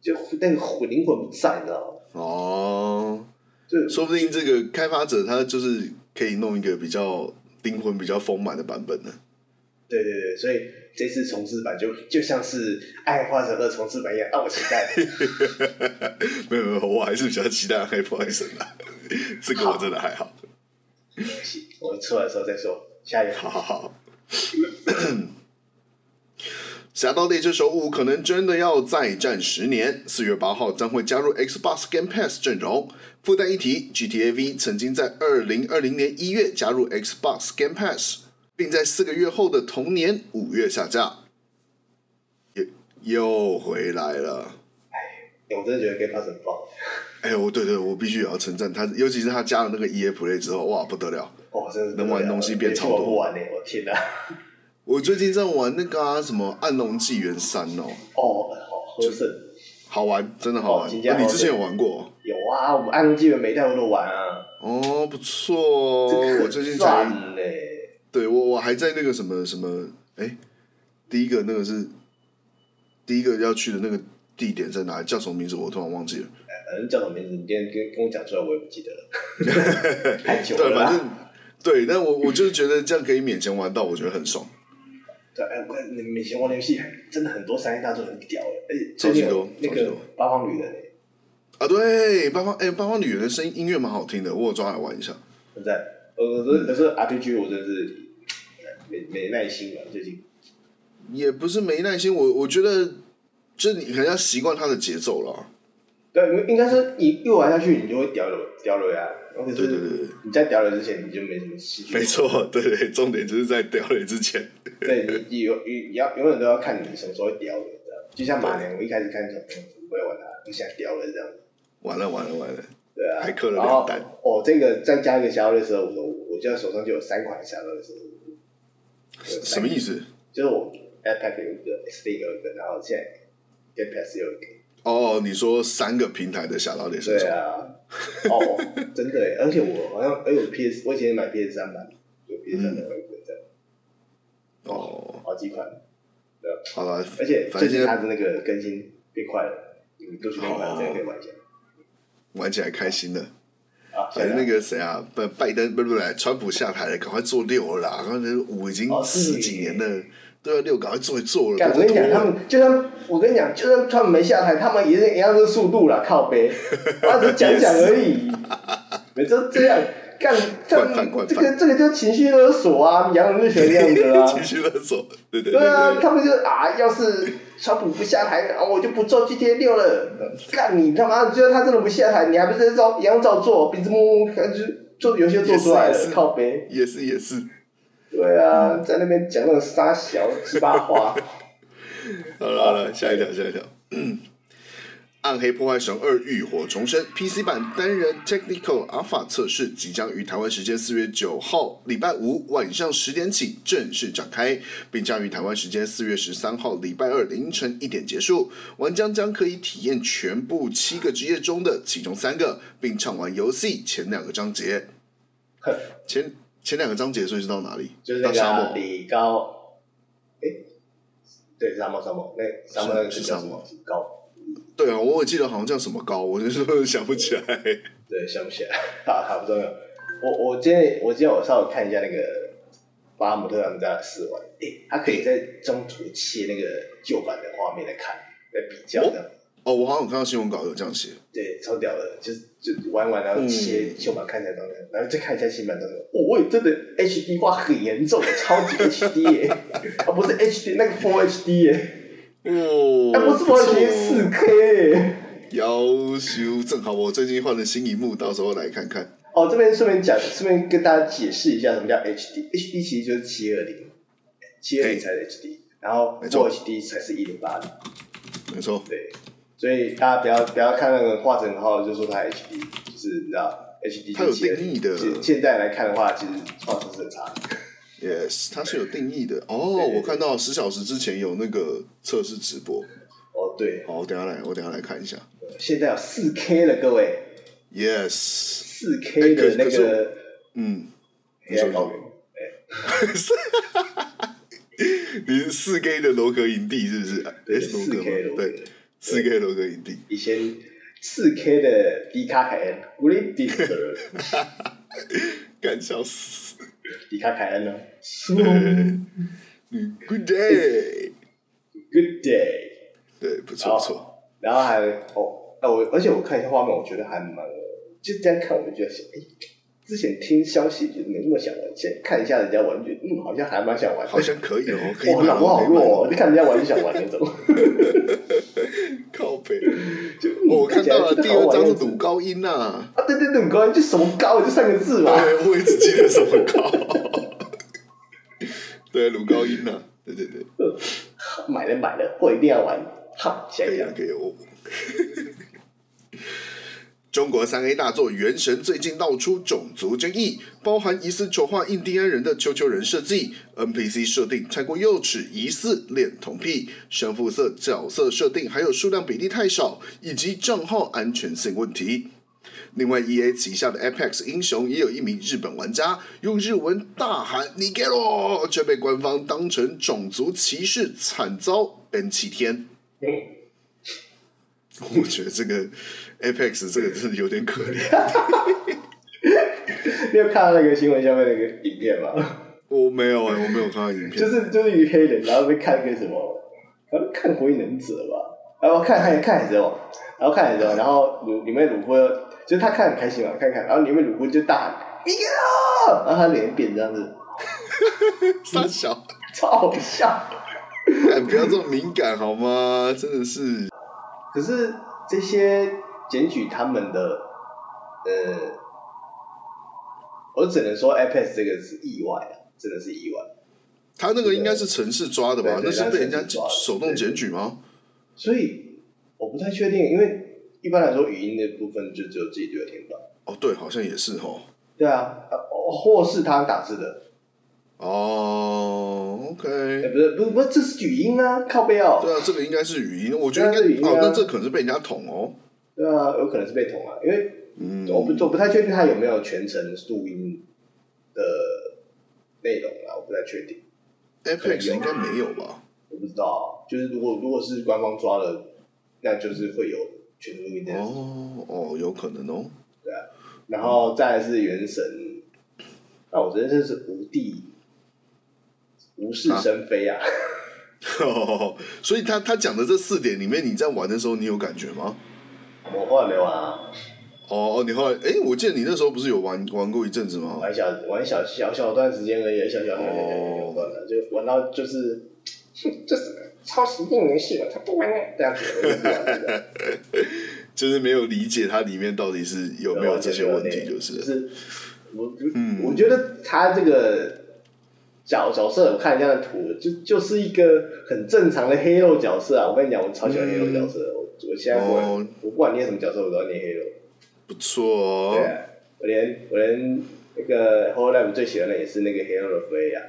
S3: 就那个魂灵魂不在，你知道吗？
S1: 哦，
S3: 就
S1: 说不定这个开发者他就是可以弄一个比较灵魂比较丰满的版本呢。
S3: 对对对，所以这次重置版就就像是《爱花者二》重置版一样，让啊我期待。
S1: 没有没有，我还是比较期待黑 poison 的，这个我真的还好。
S3: 我出来的时候再说。下一个，
S1: 好好好。《侠盗猎车手五》可能真的要再战十年。四月八号将会加入 Xbox Game Pass 阵容。附带一提，GTA V 曾经在二零二零年一月加入 Xbox Game Pass，并在四个月后的同年五月下架。又又回来了。
S3: 我真的觉得 Game Pass 很棒，
S1: 哎呦，对对，我必须也要称赞他，尤其是他加了那个 EA Play 之后，哇，不得了！
S3: 哇，真的是
S1: 能玩东西变超多
S3: 我不玩呢、我天哪！
S1: 我最近在玩那个、啊、什么《暗龙纪元三》哦，
S3: 哦，好合适。
S1: 好玩，真的好玩。
S3: 哦新加
S1: 啊
S3: 坡
S1: 你之前有玩过？
S3: 有啊，我们暗龙纪元每一代我都玩啊。
S1: 哦，不错哦。我最近才
S3: 算欸嘞。
S1: 对我我还在那个什么什么，哎，第一个那个是第一个要去的那个地点在哪里？叫什么名字？我突然忘记了。
S3: 反正叫什么名字，你今天跟跟我讲出来，我也不记得了， 太久了
S1: 对，反
S3: 啦。
S1: 正对，但我我就是觉得这样可以勉强玩到，我觉得很爽。
S3: 对，哎，我看你们以前玩的游戏真的很多商业大作很屌哎，而且
S1: 超
S3: 最
S1: 级
S3: 近
S1: 多
S3: 有那
S1: 超级
S3: 个
S1: 多
S3: 八方旅人哎，
S1: 啊，对，八方哎，八方女人的声音音乐蛮好听的，我有抓来玩一下。
S3: 现在
S1: 嗯
S3: 呃，可是可是 RPG 我真的是哎没没耐心了，最近。
S1: 也不是没耐心，我我觉得就是你可能要习惯它的节奏了。
S3: 对，因为应该说你越玩下去，你就会屌了屌了呀。可
S1: 对对对对
S3: 是你在屌了之前，你就没什么兴趣。
S1: 没，错，对对，重点就是在掉泪之前。
S3: 对你你有你要永远都要看你什么时候会屌了，这样就像马良，我一开始看什么不会玩它，我现在屌了这样。
S1: 完了完了完了，
S3: 对啊，
S1: 还刻了
S3: 然
S1: 两
S3: 后
S1: 单
S3: 哦，这个再加一个小乐色，我我现在手上就有三款小乐色，
S1: 什么意思？
S3: 就是我 iPad 有一个，S 零有一个，然后现在 Game Pass 有一个。
S1: 哦，你说三个平台的侠盗猎车
S3: 对
S1: 手，
S3: 啊，哦，真的耶， 而且我好像，哎，我 PS，我以前买 PS 三版，有 PS 三的
S1: 嗯
S3: 版本这样，
S1: 哦，
S3: 好几款，
S1: 好了，
S3: 而且
S1: 反正
S3: 最近
S1: 现
S3: 它
S1: 在
S3: 的那个更新变快了，你们都去看看，
S1: 哦
S3: 这样可以玩一下。
S1: 玩起来开心了。
S3: 啊，
S1: 反正那
S3: 个
S1: 个谁啊，拜拜登不不不，川普下台了，赶快做六了啦！然后那五已经
S3: 哦是
S1: 十几年了，对啊，六赶快做一做了。
S3: 干，我跟你
S1: 不
S3: 讲，
S1: 要
S3: 他
S1: 拖了
S3: 们就算我跟你讲，就算他们没下台，他们也是一样的速度啦，靠背，啊我只是讲讲而已，每次这样干，这
S1: 惯犯惯
S3: 这个
S1: 犯
S3: 这个就是情绪勒索啊，洋人就喜欢这 样子啊，
S1: 情绪勒索，对对
S3: 对啊，
S1: 对，
S3: 他们就啊，要是川普不下台，啊，我就不做 GTA 六了。干你他妈！就算他真的不下台，你还不是照一样照做，鼻子摸摸，看就是做游戏就做出来
S1: 也
S3: 了
S1: 是也，是啊
S3: 靠背。
S1: 也是也是。
S3: 对啊，在那边讲那种沙小 鸡巴话，
S1: 好了好了，下一条下一条。 暗黑破坏神二浴火重生 PC 版单人 Technical Alpha 测试即将于台湾时间四月九号礼拜五晚上十点起正式展开，并将于台湾时间四月十三号礼拜二凌晨一点结束。玩家将可以体验全部七个职业中的其中三个，并畅玩游戏前两个章 节。前前两个章节，所以是到哪里？
S3: 就是那
S1: 到
S3: 个
S1: 沙
S3: 啊
S1: 漠。
S3: 李高，哎，对沙漠沙漠，那沙漠那个
S1: 是
S3: 是
S1: 是
S3: 叫
S1: 沙
S3: 什
S1: 漠
S3: 么？高，
S1: 对啊，我也记得好像叫什么高，我就是想不起来。
S3: 对，想不起来， 好，好不重要。我我今天我今天我稍微看一下那个巴姆特他们家的试玩，诶，他可以在中途切那个旧版的画面来看，来比较
S1: 哦
S3: 这样，
S1: 哦，我好像有看到新闻稿有这样写，
S3: 对，超屌的，就是就玩完然后
S1: 嗯
S3: 切旧版看一下当中，然后再看一下新版当中，哦，喂，真的 HD 化很严重，超级 HD 耶、啊不是 HD 那个 Full HD 耶、
S1: 哦
S3: 哎、不是 Full HD 四 K 耶、
S1: 要修正好，我最近换了新荧幕，到时候来看看。
S3: 哦，这边顺便讲，顺便跟大家解释一下什么叫 HD。HD 其实就是七二零，七二零才是 HD，然后
S1: 没错
S3: Full HD 才是一零八零。
S1: 没错，
S3: 对，所以大家不要不要看那个画质很好就说它 HD，就是你知道 HD
S1: 它有
S3: 就720
S1: 定义的
S3: 现现在来看的话，其实画质是很差的。
S1: yes，它是有定义的。哦，
S3: 对对对
S1: 我看到十小时之前有那个测试直播，
S3: 哦，对，
S1: 好，我等一下来，我等一下来看一下。
S3: 现在有四 K 了，各位，
S1: Yes，
S3: 四 K
S1: 哎可
S3: 的那
S1: 可是
S3: 个
S1: 嗯，
S3: 黑
S1: 说
S3: 暗高原。
S1: 你是四 K 的罗格营地是不是？
S3: 对
S1: 诶是罗
S3: 四 K
S1: 格吗？
S3: 罗格
S1: 对，四 K 罗格营地。
S3: 以前四 K 的迪卡凯恩 g r e a d i s
S1: 干笑死！
S3: 迪卡凯恩哦呢
S1: 嗯，Good day，
S3: ？Good day。
S1: 对，不错不错，
S3: 然后还哦，那我而且我看一下画面，我觉得还蛮，就这样看我就觉得，哎，之前听消息就没那么想玩，现在看一下人家玩，就嗯，好像还蛮想玩的。
S1: 好像可以哦，可以
S3: 哎哇，
S1: 买
S3: 脑波
S1: 哦，
S3: 好
S1: 可以买
S3: 弱哦
S1: 哦，，
S3: 就看人家玩就想玩那种。
S1: 靠背。
S3: 就
S1: 我 看到了第二张是
S3: 赌
S1: 鲁高音呐、啊，
S3: 啊，对对对，高就什么高，就三个字嘛。
S1: 对，我也只记得什么高， 对，鲁高音呐、啊，对对对，
S3: 买了买了，我一定要玩。好，下
S1: 可
S3: 一
S1: 以
S3: 条
S1: 啊，。可以啊，我。 中国三 A 大作《原神》最近闹出种族争议，包含疑似丑化印第安人的丘丘人设计、NPC 设定太过幼稚、疑似恋童癖、深肤色角色设定，还有数量比例太少，以及账号安全性问题。另外，E A 旗下的 Apex 英雄也有一名日本玩家用日文大喊“你给我”，却被官方当成种族歧视，惨遭 N 七天。 我觉得这个 Apex 这个真的有点可怜。
S3: 你有看到那个新闻下面那个影片吗？
S1: 我没有哎、我没有看到影片。
S3: 就是就是一个黑人，然后被看个什么，然后看火影忍者吧，然后看看看海贼王，哦然后看海贼王，然后鲁里面鲁夫就是他看很开心嘛，看看，然后里面鲁夫就大喊米格然后他脸扁这样子，
S1: 三小，
S3: 超好笑。
S1: 哎不要这么敏感好吗？真的是，
S3: 可是这些检举他们的，呃，我只能说 iPad 这个是意外啊，真的是意外。
S1: 他那个应该是城市抓的吧？那
S3: 对对
S1: 是被人家
S3: 他是城市抓的
S1: 手动检举吗？
S3: 所以我不太确定，因为一般来说语音的部分就只有自己队友听得到。
S1: 哦，对，好像也是哦。
S3: 对啊，呃或是他打字的，
S1: 哦
S3: 哎、
S1: ，OK，
S3: 不是，不是，不是，这是语音啊，靠背哦、
S1: 对啊，这个应该是语音，我觉得
S3: 对啊是语
S1: 应
S3: 音
S1: 该
S3: 啊
S1: 哦，那这可能是被人家捅哦。
S3: 对啊，有可能是被捅啊，因为
S1: 嗯，
S3: 我不我不太确定他有没有全程录音的内容啊，我不太确定，
S1: Apex 应该没有吧？
S3: 我不知道、啊，就是如果如果是官方抓了，那就是会有全程录音的内容，
S1: 哦哦，有可能哦。
S3: 然后再来是原神，那我真的是无地无事生非啊，
S1: 所以他他讲的这四点里面，你在玩的时候，你有感觉吗？
S3: 我后来没玩啊，
S1: 哦哦，你后来哎，我记得你那时候不是有玩玩过一阵子吗？
S3: 玩小玩小小小段时间而已，小小小小小
S1: 哦
S3: 小段的，就玩到就是， 哼就是超时电游戏了，他不玩了，这样子我就不玩了，
S1: 就是没有理解它里面到底是有 没有这些问题，就
S3: 就是是我
S1: 嗯
S3: 我觉得他这个角角色，我看人家的图，就就是一个很正常的黑肉角色啊，我跟你讲，我超喜欢黑肉角色的，我我现在不
S1: 嗯
S3: 管、
S1: 哦
S3: 我不管捏什么角色，我都要捏黑肉。
S1: 不错
S3: 对
S1: 哦。
S3: 啊，我连我连那个 h o l l a b 最喜欢的也是那个黑肉的弗雷亚，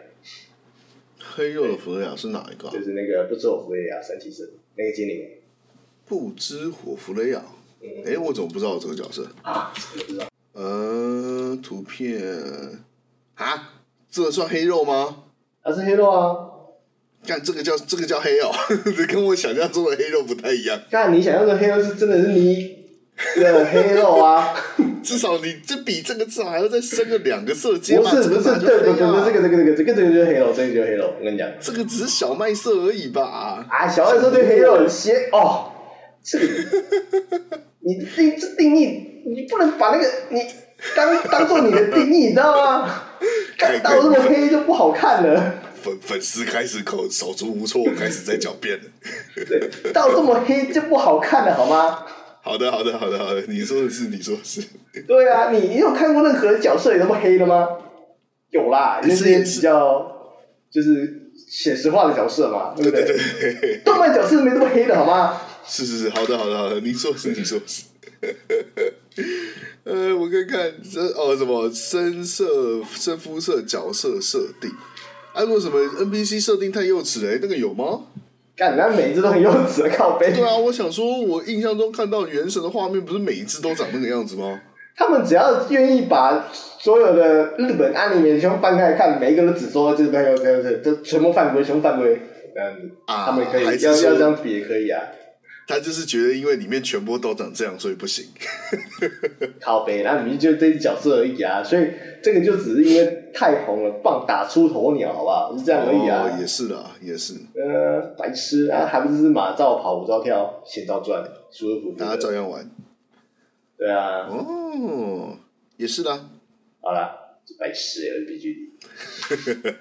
S1: 黑肉的弗雷亚是哪一个啊？
S3: 就是那个不知我弗雷亚啊三骑士那个精灵
S1: 不知火弗雷亚。
S3: 嗯
S1: 哎，我怎么不知道有这个角色？
S3: 啊，我不知道，
S1: 呃，图片啊，这个算黑肉吗？
S3: 他是黑肉啊。
S1: 看这个叫这个叫黑哦， 这跟我想象中的黑肉不太一样。
S3: 但你想象的黑肉是真的是你的黑肉 啊？
S1: 至少你这比这个至少还要再升个两个色阶
S3: 不
S1: 嘛？
S3: 是
S1: 这
S3: 不
S1: 个
S3: 是，
S1: 哪
S3: 这
S1: 就
S3: 个不
S1: 黑啊
S3: 是这个这个这个这个这个就是黑肉，这个就是黑肉。我跟你讲
S1: 这个只是小麦色而已吧？
S3: 啊，小爱说对黑肉很邪哦， 这个你定这定义，你不能把那个你当当做你的定义，你知道吗？看到这么黑就不好看了。
S1: 粉粉丝开始口手足无措，开始在狡辩了。
S3: 对，到这么黑就不好看了，好吗？
S1: 好的，好的，好的，好的，你说的是，你说的是，
S3: 对啊，你你有看过任何角色有那么黑的吗？有啦，
S1: 可
S3: 那
S1: 是
S3: 些
S1: 也
S3: 比
S1: 是
S3: 较就是写实化的角色嘛，对不
S1: 对
S3: 对？
S1: 对对，
S3: 动漫角色没那么黑的好吗？
S1: 是是是，好的，好的，好的，你说的是，你说的是。 呃，我看看这哦什么深色、深肤色角色设定，啊，为什么 NPC 设定太幼稚了、那个有吗？
S3: 干，那每一只都很幼稚的靠背
S1: 对，啊，我想说，我印象中看到原神的画面，不是每一只都长那个样子吗？
S3: 他们只要愿意把所有的日本安里面全部翻开来看，每一个都只说这个这个这个这全部犯规，全部犯规，这样子，
S1: 啊
S3: 他们可以
S1: 还是
S3: 要
S1: 说
S3: 要这样比也可以啊，
S1: 他就是觉得，因为里面全部都长这样，所以不行。
S3: 靠背，然后你就这只角色而已啊，所以这个就只是因为太红了，棒打出头鸟，好不好？是这样而已啊。
S1: 哦，也是啦，也是，
S3: 呃，白痴啊，还不是马照跑，舞照跳，鞋照转，舒舒服服
S1: 大家照
S3: 的。
S1: 样玩。
S3: 对啊，
S1: 哦，也是啦。
S3: 好啦，白痴啊 LBG。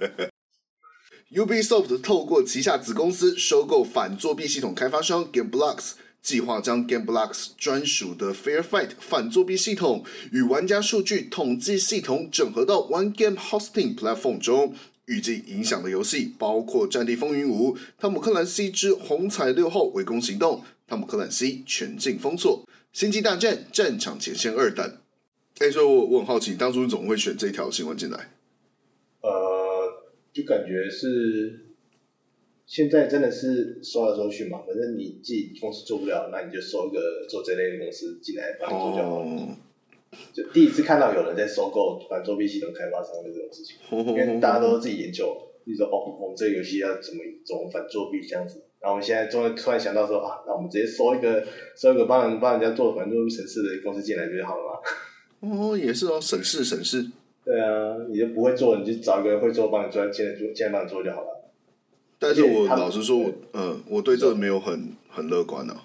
S1: Ubisoft 透过旗下子公司收购反作弊系统开发商 GameBlocks，计划将 GameBlocks 专属的 Fair Fight 反作弊系统与玩家数据统计系统整合到 One Game Hosting Platform 中。预计影响的游戏包括《战地风云五》《汤姆克兰西之红彩六号围攻行动》《汤姆克兰西全境封锁》《星际大战：战场前线二》等。哎，所以我我很好奇，当初你怎么会选这条新闻进来？
S3: 呃，就感觉是现在真的是收来收去嘛，反正你自己公司做不了，那你就收一个做这类的公司进来帮你做就好了。
S1: 哦，
S3: 就第一次看到有人在收购反作弊系统开发商的这种事情。因
S1: 嗯
S3: 为大家都自己研究，就是说哦，我们这个游戏要怎么怎么反作弊这样子。然后我们现在终于突然想到说啊，那我们直接收一个收一个帮人帮人家做反作弊程式的公司进来不就好了嘛？
S1: 哦，也是哦，省事省事。
S3: 对啊，你就不会做，你就找一个人会做帮你做，进来做进来帮你做就好了。
S1: 但是我
S3: 而且他们
S1: 老实说，我嗯，我对这个没有很很乐观啊。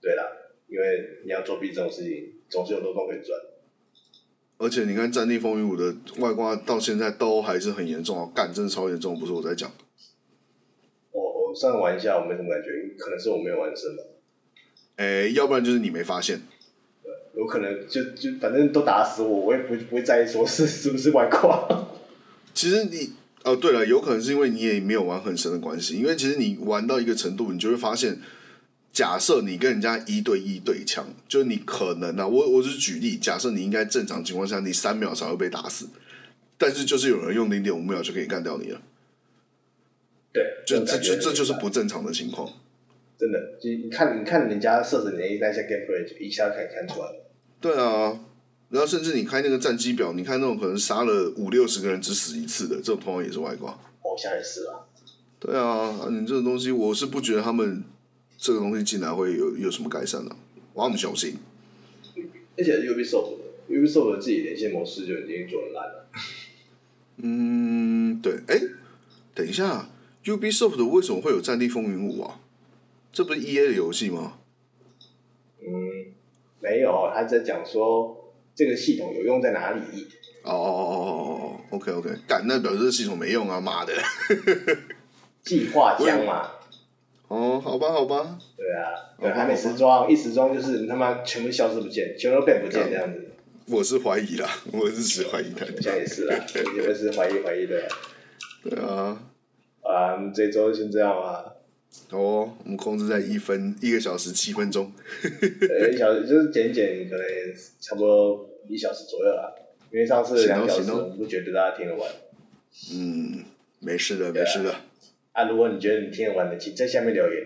S3: 对啦，因为你要作弊这种事情，总是有漏洞可以钻。
S1: 而且你看《战地风云五》的外挂到现在都还是很严重啊，干真的超严重，不是我在讲。
S3: 我我上次玩一下，我没什么感觉，可能是我没有玩深吧，
S1: 诶，要不然就是你没发现，
S3: 有可能就就反正都打死我，我也不不会在意说是是不是外挂。
S1: 其实你哦，对了，有可能是因为你也没有玩很深的关系，因为其实你玩到一个程度，你就会发现，假设你跟人家一对一对枪，就是你可能啊，我我只是举例，假设你应该正常情况下你三秒才会被打死，但是就是有人用零点五秒就可以干掉你了，
S3: 对，
S1: 就这
S3: 种感觉
S1: 就这就是不正常的情况。
S3: 真的，就你看你看人家射死你的那些 gameplay，就一下可以看出来了。
S1: 对啊，然后甚至你开那个战机表，你看那种可能杀了五六十个人只死一次的，这种通常也是外挂。
S3: 好像也是吧，
S1: 对啊，啊你这种东西，我是不觉得他们这个东西进来会有有什么改善的、我要很小心。
S3: 而且 Ubisoft 的 Ubisoft 的自己的一些模式就已经做的烂了。
S1: 嗯，对，哎，等一下，Ubisoft 为什么会有《战地风云五》啊？这不是 E A 的游戏吗？
S3: 嗯，没有，他在讲说这个系统有用在哪里。
S1: 哦哦哦哦哦哦哦，OK OK，干，那表示这系统没用啊，妈的！
S3: 计划枪嘛，
S1: 哦，好吧好吧，
S3: 对啊，对，还没时装，一时装就是他妈全部消失不见，全都变不见这样子，
S1: 我是怀疑啦，我是持怀疑态
S3: 好
S1: 度。
S3: 像也是啊啦，也们是怀疑怀疑的。
S1: 对啊，
S3: 啊，我们这周就先这样啊吧。
S1: 好哦，我们控制在一分一个小时七分钟。
S3: 呃，一小时就是减减，可能差不多一小时左右啦。因为上次两小时，
S1: 行哦行哦
S3: 我们不觉得大家听得完。
S1: 嗯，没事的，没事的。
S3: 啊，如果你觉得你听得完的，请在下面留言，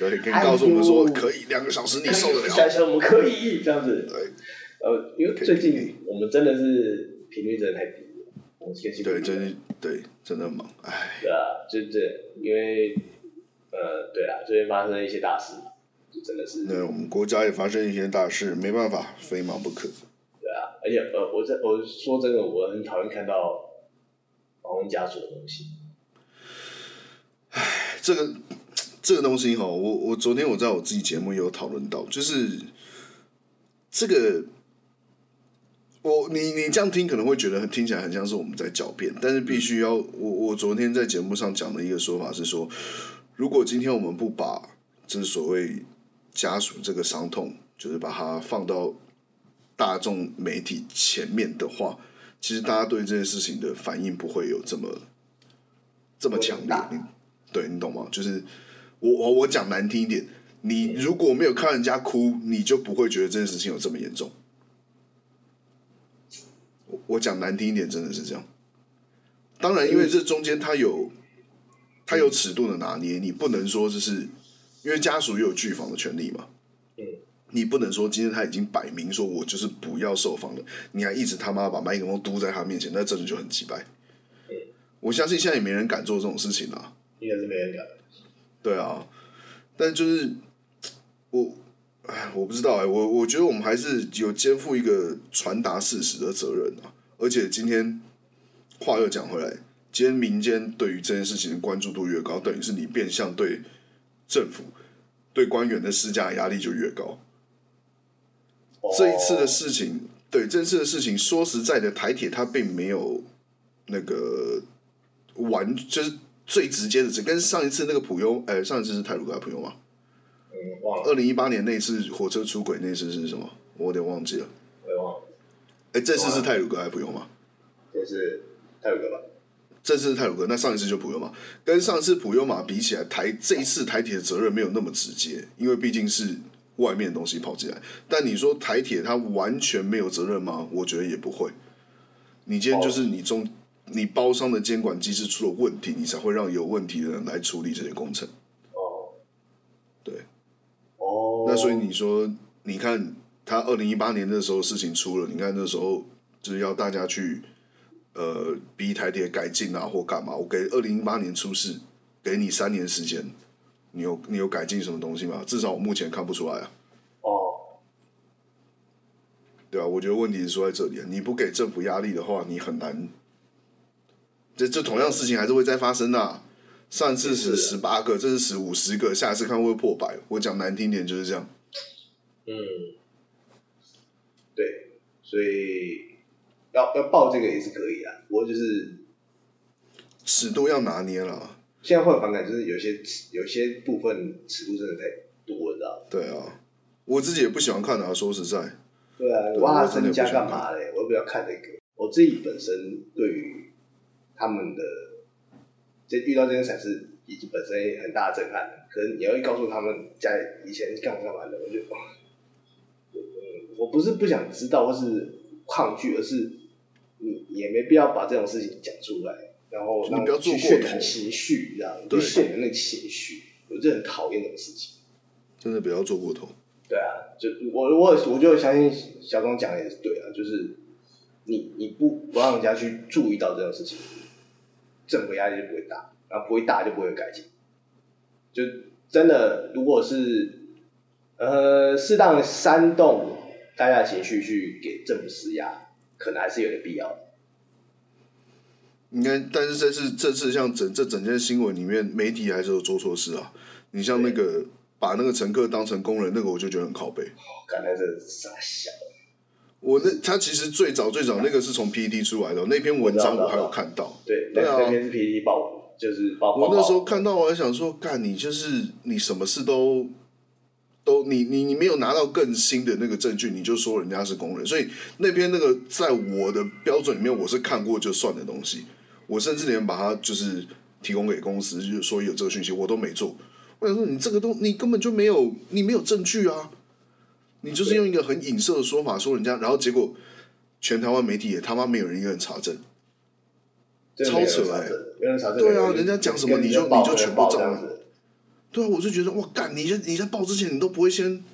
S1: 对，可以告诉我们说
S3: 哎呦
S1: 可以两个小时你受 得
S3: 下
S1: 了。
S3: 次我们可以这样子。
S1: 对
S3: 呃，因为最近我们真的是频率真的太低了，我们更新频率
S1: 对，真是对，真的很忙，唉，
S3: 对啊，就这，因为呃，对啊，最近发生了一些大事嘛，就真的是
S1: 那我们国家也发生一些大事，没办法，非忙不可。
S3: 对啊，而且呃，我这我说真的，我很讨厌看到访问家属的东西。
S1: 这个这个东西哈，我我昨天我在我自己节目也有讨论到，就是这个，我你你这样听可能会觉得很听起来很像是我们在狡辩，但是必须要我我昨天在节目上讲的一个说法是说，如果今天我们不把这所谓家属这个伤痛，就是把它放到大众媒体前面的话，其实大家对这件事情的反应不会有这么这么强烈，你对你懂吗？就是我我我讲难听一点，你如果没有看人家哭，你就不会觉得这件事情有这么严重。我我讲难听一点，真的是这样。当然，因为这中间它有它有尺度的拿捏，你不能说就是因为家属也有拒访的权利嘛。
S3: 嗯
S1: 你不能说今天他已经摆明说我就是不要受访了，你还一直他妈把麦克风嘟在他面前，那真的就很鸡掰。我相信现在也没人敢做这种事情啊。
S3: 应该是没人敢。
S1: 对啊，但就是我，哎，我不知道哎、我我觉得我们还是有肩负一个传达事实的责任啊。而且今天话又讲回来，今天民间对于这件事情的关注度越高，等于是你变相对政府、对官员的施加压力就越高。这一次的事情，对这次的事情，说实在的，台铁它并没有那个完，就是最直接的，只跟上一次那个普优，呃，上一次是泰鲁格还是普优吗？
S3: 哦，嗯，忘了，
S1: 二零一八年那次火车出轨那次是什么？我有点忘记了。
S3: 我也忘了，
S1: 哎，这次是泰鲁格还是普优吗？
S3: 就是泰鲁哥吧。
S1: 这次是泰鲁格，那上一次就普悠玛，跟上次普悠玛比起来，台这一次台铁的责任没有那么直接，因为毕竟是外面的东西跑进来。但你说台铁它完全没有责任吗？我觉得也不会。你今天就是你中你包商的监管机制出了问题，你才会让有问题的人来处理这些工程。
S3: 哦，
S1: 对，
S3: 哦，
S1: 那所以你说，你看他二零一八年那时候事情出了，你看那时候就是要大家去呃逼台铁改进啊或干嘛。我给二零一八年出事，给你三年时间，你有你有改进什么东西吗？至少我目前看不出来啊。
S3: 哦，
S1: 对啊，我觉得问题是出在这里啊，你不给政府压力的话，你很难。这这同样的事情还是会再发生的、啊。上次是
S3: 是
S1: 十八个，这是十五十个，下一次看会不会破百。我讲难听点就是这样。
S3: 嗯，对，所以要要报这个也是可以啊。我就是
S1: 尺度要拿捏了，啊
S3: 现在会有反感，就是有些有些部分尺度真的太多，你知道吗？
S1: 对啊，我自己也不喜欢看啊。说实在，
S3: 对啊，
S1: 对
S3: 挖
S1: 我真的
S3: 身家
S1: 不想
S3: 干嘛嘞？我又不要看这个。我自己本身对于他们的，这遇到这件惨事，已经本身也很大的震撼了。可是你要去告诉他们家里以前干嘛干嘛的，我就，哇嗯，我不是不想知道或是抗拒，而是你也没必要把这种事情讲出来，然后
S1: 就你
S3: 让
S1: 不要做
S3: 去
S1: 过
S3: 渲染
S1: 头
S3: 情绪，这样你
S1: 对
S3: 去渲染那个情绪，我就很讨厌这种事情。
S1: 真的不要做过头。
S3: 对啊，就我我我就相信小东讲的也是对啊，就是你你不不让人家去注意到这种事情，政府压力就不会大，然后不会大就不会有改进。就真的，如果是呃适当地煽动大家的情绪去给政府施压，可能还是有点必要的。
S1: 应该，但是这次这次像整这整件新闻里面，媒体还是有做错事啊。你像那个把那个乘客当成工人，那个我就觉得很靠背。
S3: 我刚才这傻笑，
S1: 我那他其实最早最早那个是从 PPT 出来的，那篇文章我还有看到。
S3: 对，
S1: 对啊
S3: 那那边是 PPT 报，就是报报
S1: 我那时候
S3: 报
S1: 看到，我还想说，干你就是你什么事都都你你你没有拿到更新的那个证据，你就说人家是工人，所以那篇那个在我的标准里面，我是看过就算的东西，我甚至连把它就是提供给公司，就是说有这个讯息，我都没做。我想说，你这个东你根本就没有你没有证据啊，你就是用一个很影射的说法说人家，然后结果全台湾媒体也他妈没有人一个人查证。
S3: 真的没有人
S1: 超扯
S3: 查
S1: 欸
S3: 证没有人查证，
S1: 对啊
S3: 没有
S1: 人家讲什么
S3: 跟
S1: 你就
S3: 跟报
S1: 你就全部
S3: 报
S1: 照
S3: 这样
S1: 了
S3: 子。
S1: 对啊，我就觉得哇，干你在你在报之前，你都不会先，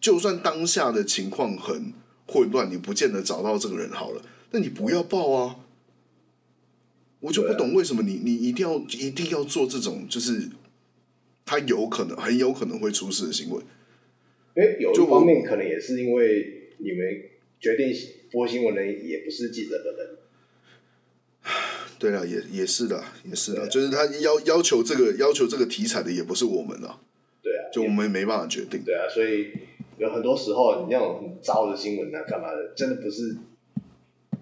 S1: 就算当下的情况很混乱，你不见得找到这个人好了，那你不要报啊。我就不
S3: 对啊
S1: 懂为什么你你一定要一定要做这种，就是他有可能很有可能会出事的行为。
S3: 因为有
S1: 就
S3: 一
S1: 我
S3: 方面可能也是因为你们决定播新闻的人也不是记者本人，
S1: 对了，也也是的，也是
S3: 啊
S1: 的，就是他要要求这个要求这个题材的也不是我们啊，
S3: 对啊，
S1: 就我们没办法决定。
S3: 对啊，所以有很多时候你那种很糟的新闻啊，干嘛的，真的不是，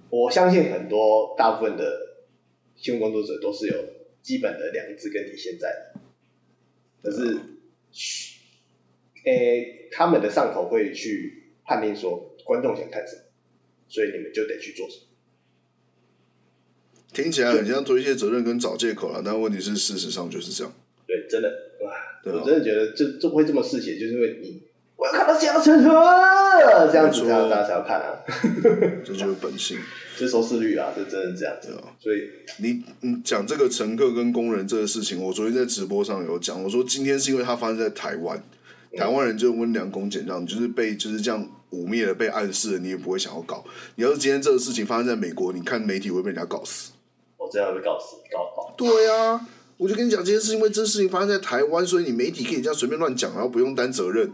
S3: 我相信很多大部分的新闻工作者都是有基本的良知跟底线在的，可是，
S1: 啊
S3: 诶、他们的上头会去判定说观众想看什么，所以你们就得去做什么。
S1: 听起来很像推卸责任跟找借口了，但问题是事实上就是这样。
S3: 对，真的，哇，
S1: 对啊
S3: 我真的觉得这这会这么嗜血，就是因为你我要看到江澄河呃这样子，
S1: 没错
S3: 大家大家才要看啊，
S1: 这就是本性。
S3: 这收视率啊，这真的是这样子
S1: 对啊，
S3: 所以
S1: 你你讲这个乘客跟工人这个事情，我昨天在直播上有讲，我说今天是因为它发生在台湾，台湾人就温良恭俭让，你就是被就是这样污蔑的被暗示的，你也不会想要搞。你要是今天这个事情发生在美国，你看媒体会被人家搞死。
S3: 我真的会被告死，告爆。
S1: 对啊，我就跟你讲，今天是因为这事情发生在台湾，所以你媒体可以这样随便乱讲，然后不用担责任。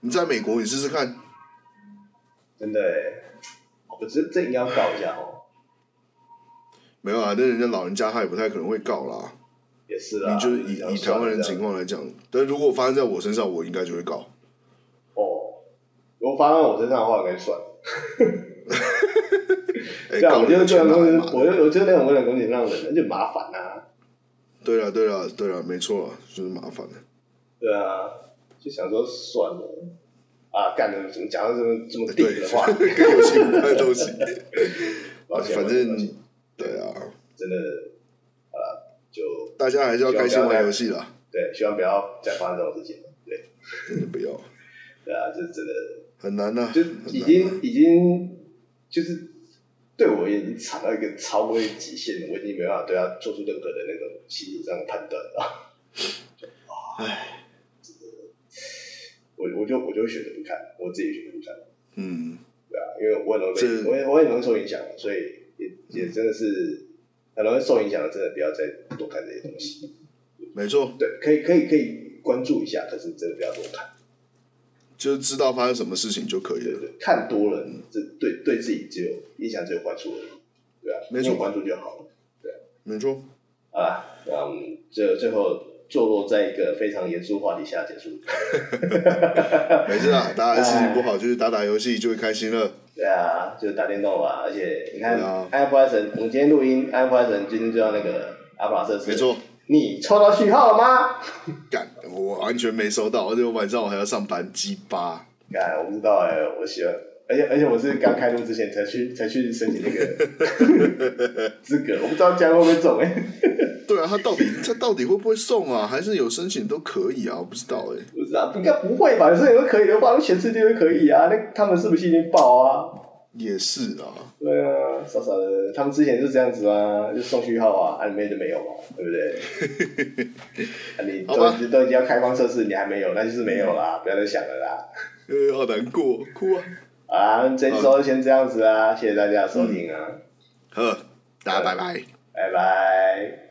S1: 你在美国，你试试看，
S3: 真的欸，我这这应该要告一下哦，
S1: 没有啊？那人家老人家他也不太可能会告啦。
S3: 也是啊，
S1: 你就是啊以
S3: 这样
S1: 以台
S3: 算了
S1: 湾人
S3: 这样
S1: 情况来讲，但如果发生在我身上，我应该就会告。
S3: 哦，如果发生在我身上的话，我可以算。
S1: 哎
S3: 对啊，
S1: 告
S3: 我
S1: 你
S3: 就
S1: 的
S3: 这
S1: 钱
S3: 样，
S1: 拿
S3: 我
S1: 来
S3: 就
S1: 嘛
S3: 我就我就那种温良恭俭让的人，那就麻烦啊。
S1: 对了，对了，对了，没错啦，就是麻烦了。
S3: 对啊，就想说算了啊，干的怎么讲到这么这么地 的话，
S1: 跟游戏无关的东西，
S3: 抱歉
S1: 反
S3: 抱
S1: 正
S3: 歉
S1: 对啊，
S3: 真的啊，就
S1: 大家还是要开心玩游戏啦，
S3: 对，希望不要再发生这种事情了。对
S1: 真的不要，
S3: 对啊，这真的
S1: 很难呐、
S3: 就
S1: 很
S3: 已
S1: 难啊。
S3: 经已经就是对我也已经惨到一个超过极限了，我已经没办法对他做出任何的那种心理上的判断啊了。
S1: 唉，
S3: 我我就我就选择不看，我自己选择不看。
S1: 嗯，
S3: 对啊，因为我很容易
S1: 这
S3: 被，我也我很容易受影响，啊所以也也真的是很容易受影响的，真的不要再多看这些东西。
S1: 没错，
S3: 对，可以可以可以关注一下，可是真的不要多看。
S1: 就是知道发生什么事情就可以
S3: 对
S1: 了。
S3: 对，看多了，这对对自己只有影响只有坏处而已。对啊，
S1: 没错
S3: 有关注就好了。
S1: 没错，
S3: 好啦，那我们最最后坐落在一个非常严肃话题下结束。
S1: 没事啦，大家心情不好就是打打游戏就会开心了。
S3: 对啊，就打电动吧，而且你看
S1: 对啊
S3: 安普莱神，我们今天录音，安普莱神今天就要那个阿普拉瑟斯，
S1: 没错，
S3: 你抽到序号了吗？
S1: 干，我完全没收到，而且我晚上我还要上班，鸡巴。
S3: 哎，我不知道哎、我喜欢，而且而且我是刚开录之前 才去才去申请那个资格，我不知道这样会不会中哎、
S1: 对啊，他到底他到底会不会送啊？还是有申请都可以啊？我不知道哎、
S3: 不知道，应该不会吧？这个可以的话，那全世界都可以啊。那他们是不是已经爆啊？
S1: 也是啊，
S3: 对啊，傻傻的，他们之前就是这样子啊，就送序号啊，啊，你妹就没有嘛，对不对？ 啊、你
S1: 好吧嗯
S3: 都都已经要开放测试，你还没有，那就是没有啦，不要再想了啦。
S1: 呃，好难过，哭啊！
S3: 啊，这一周先这样子啊，谢谢大家的收听啊，
S1: 呵，大家拜拜。
S3: 拜拜。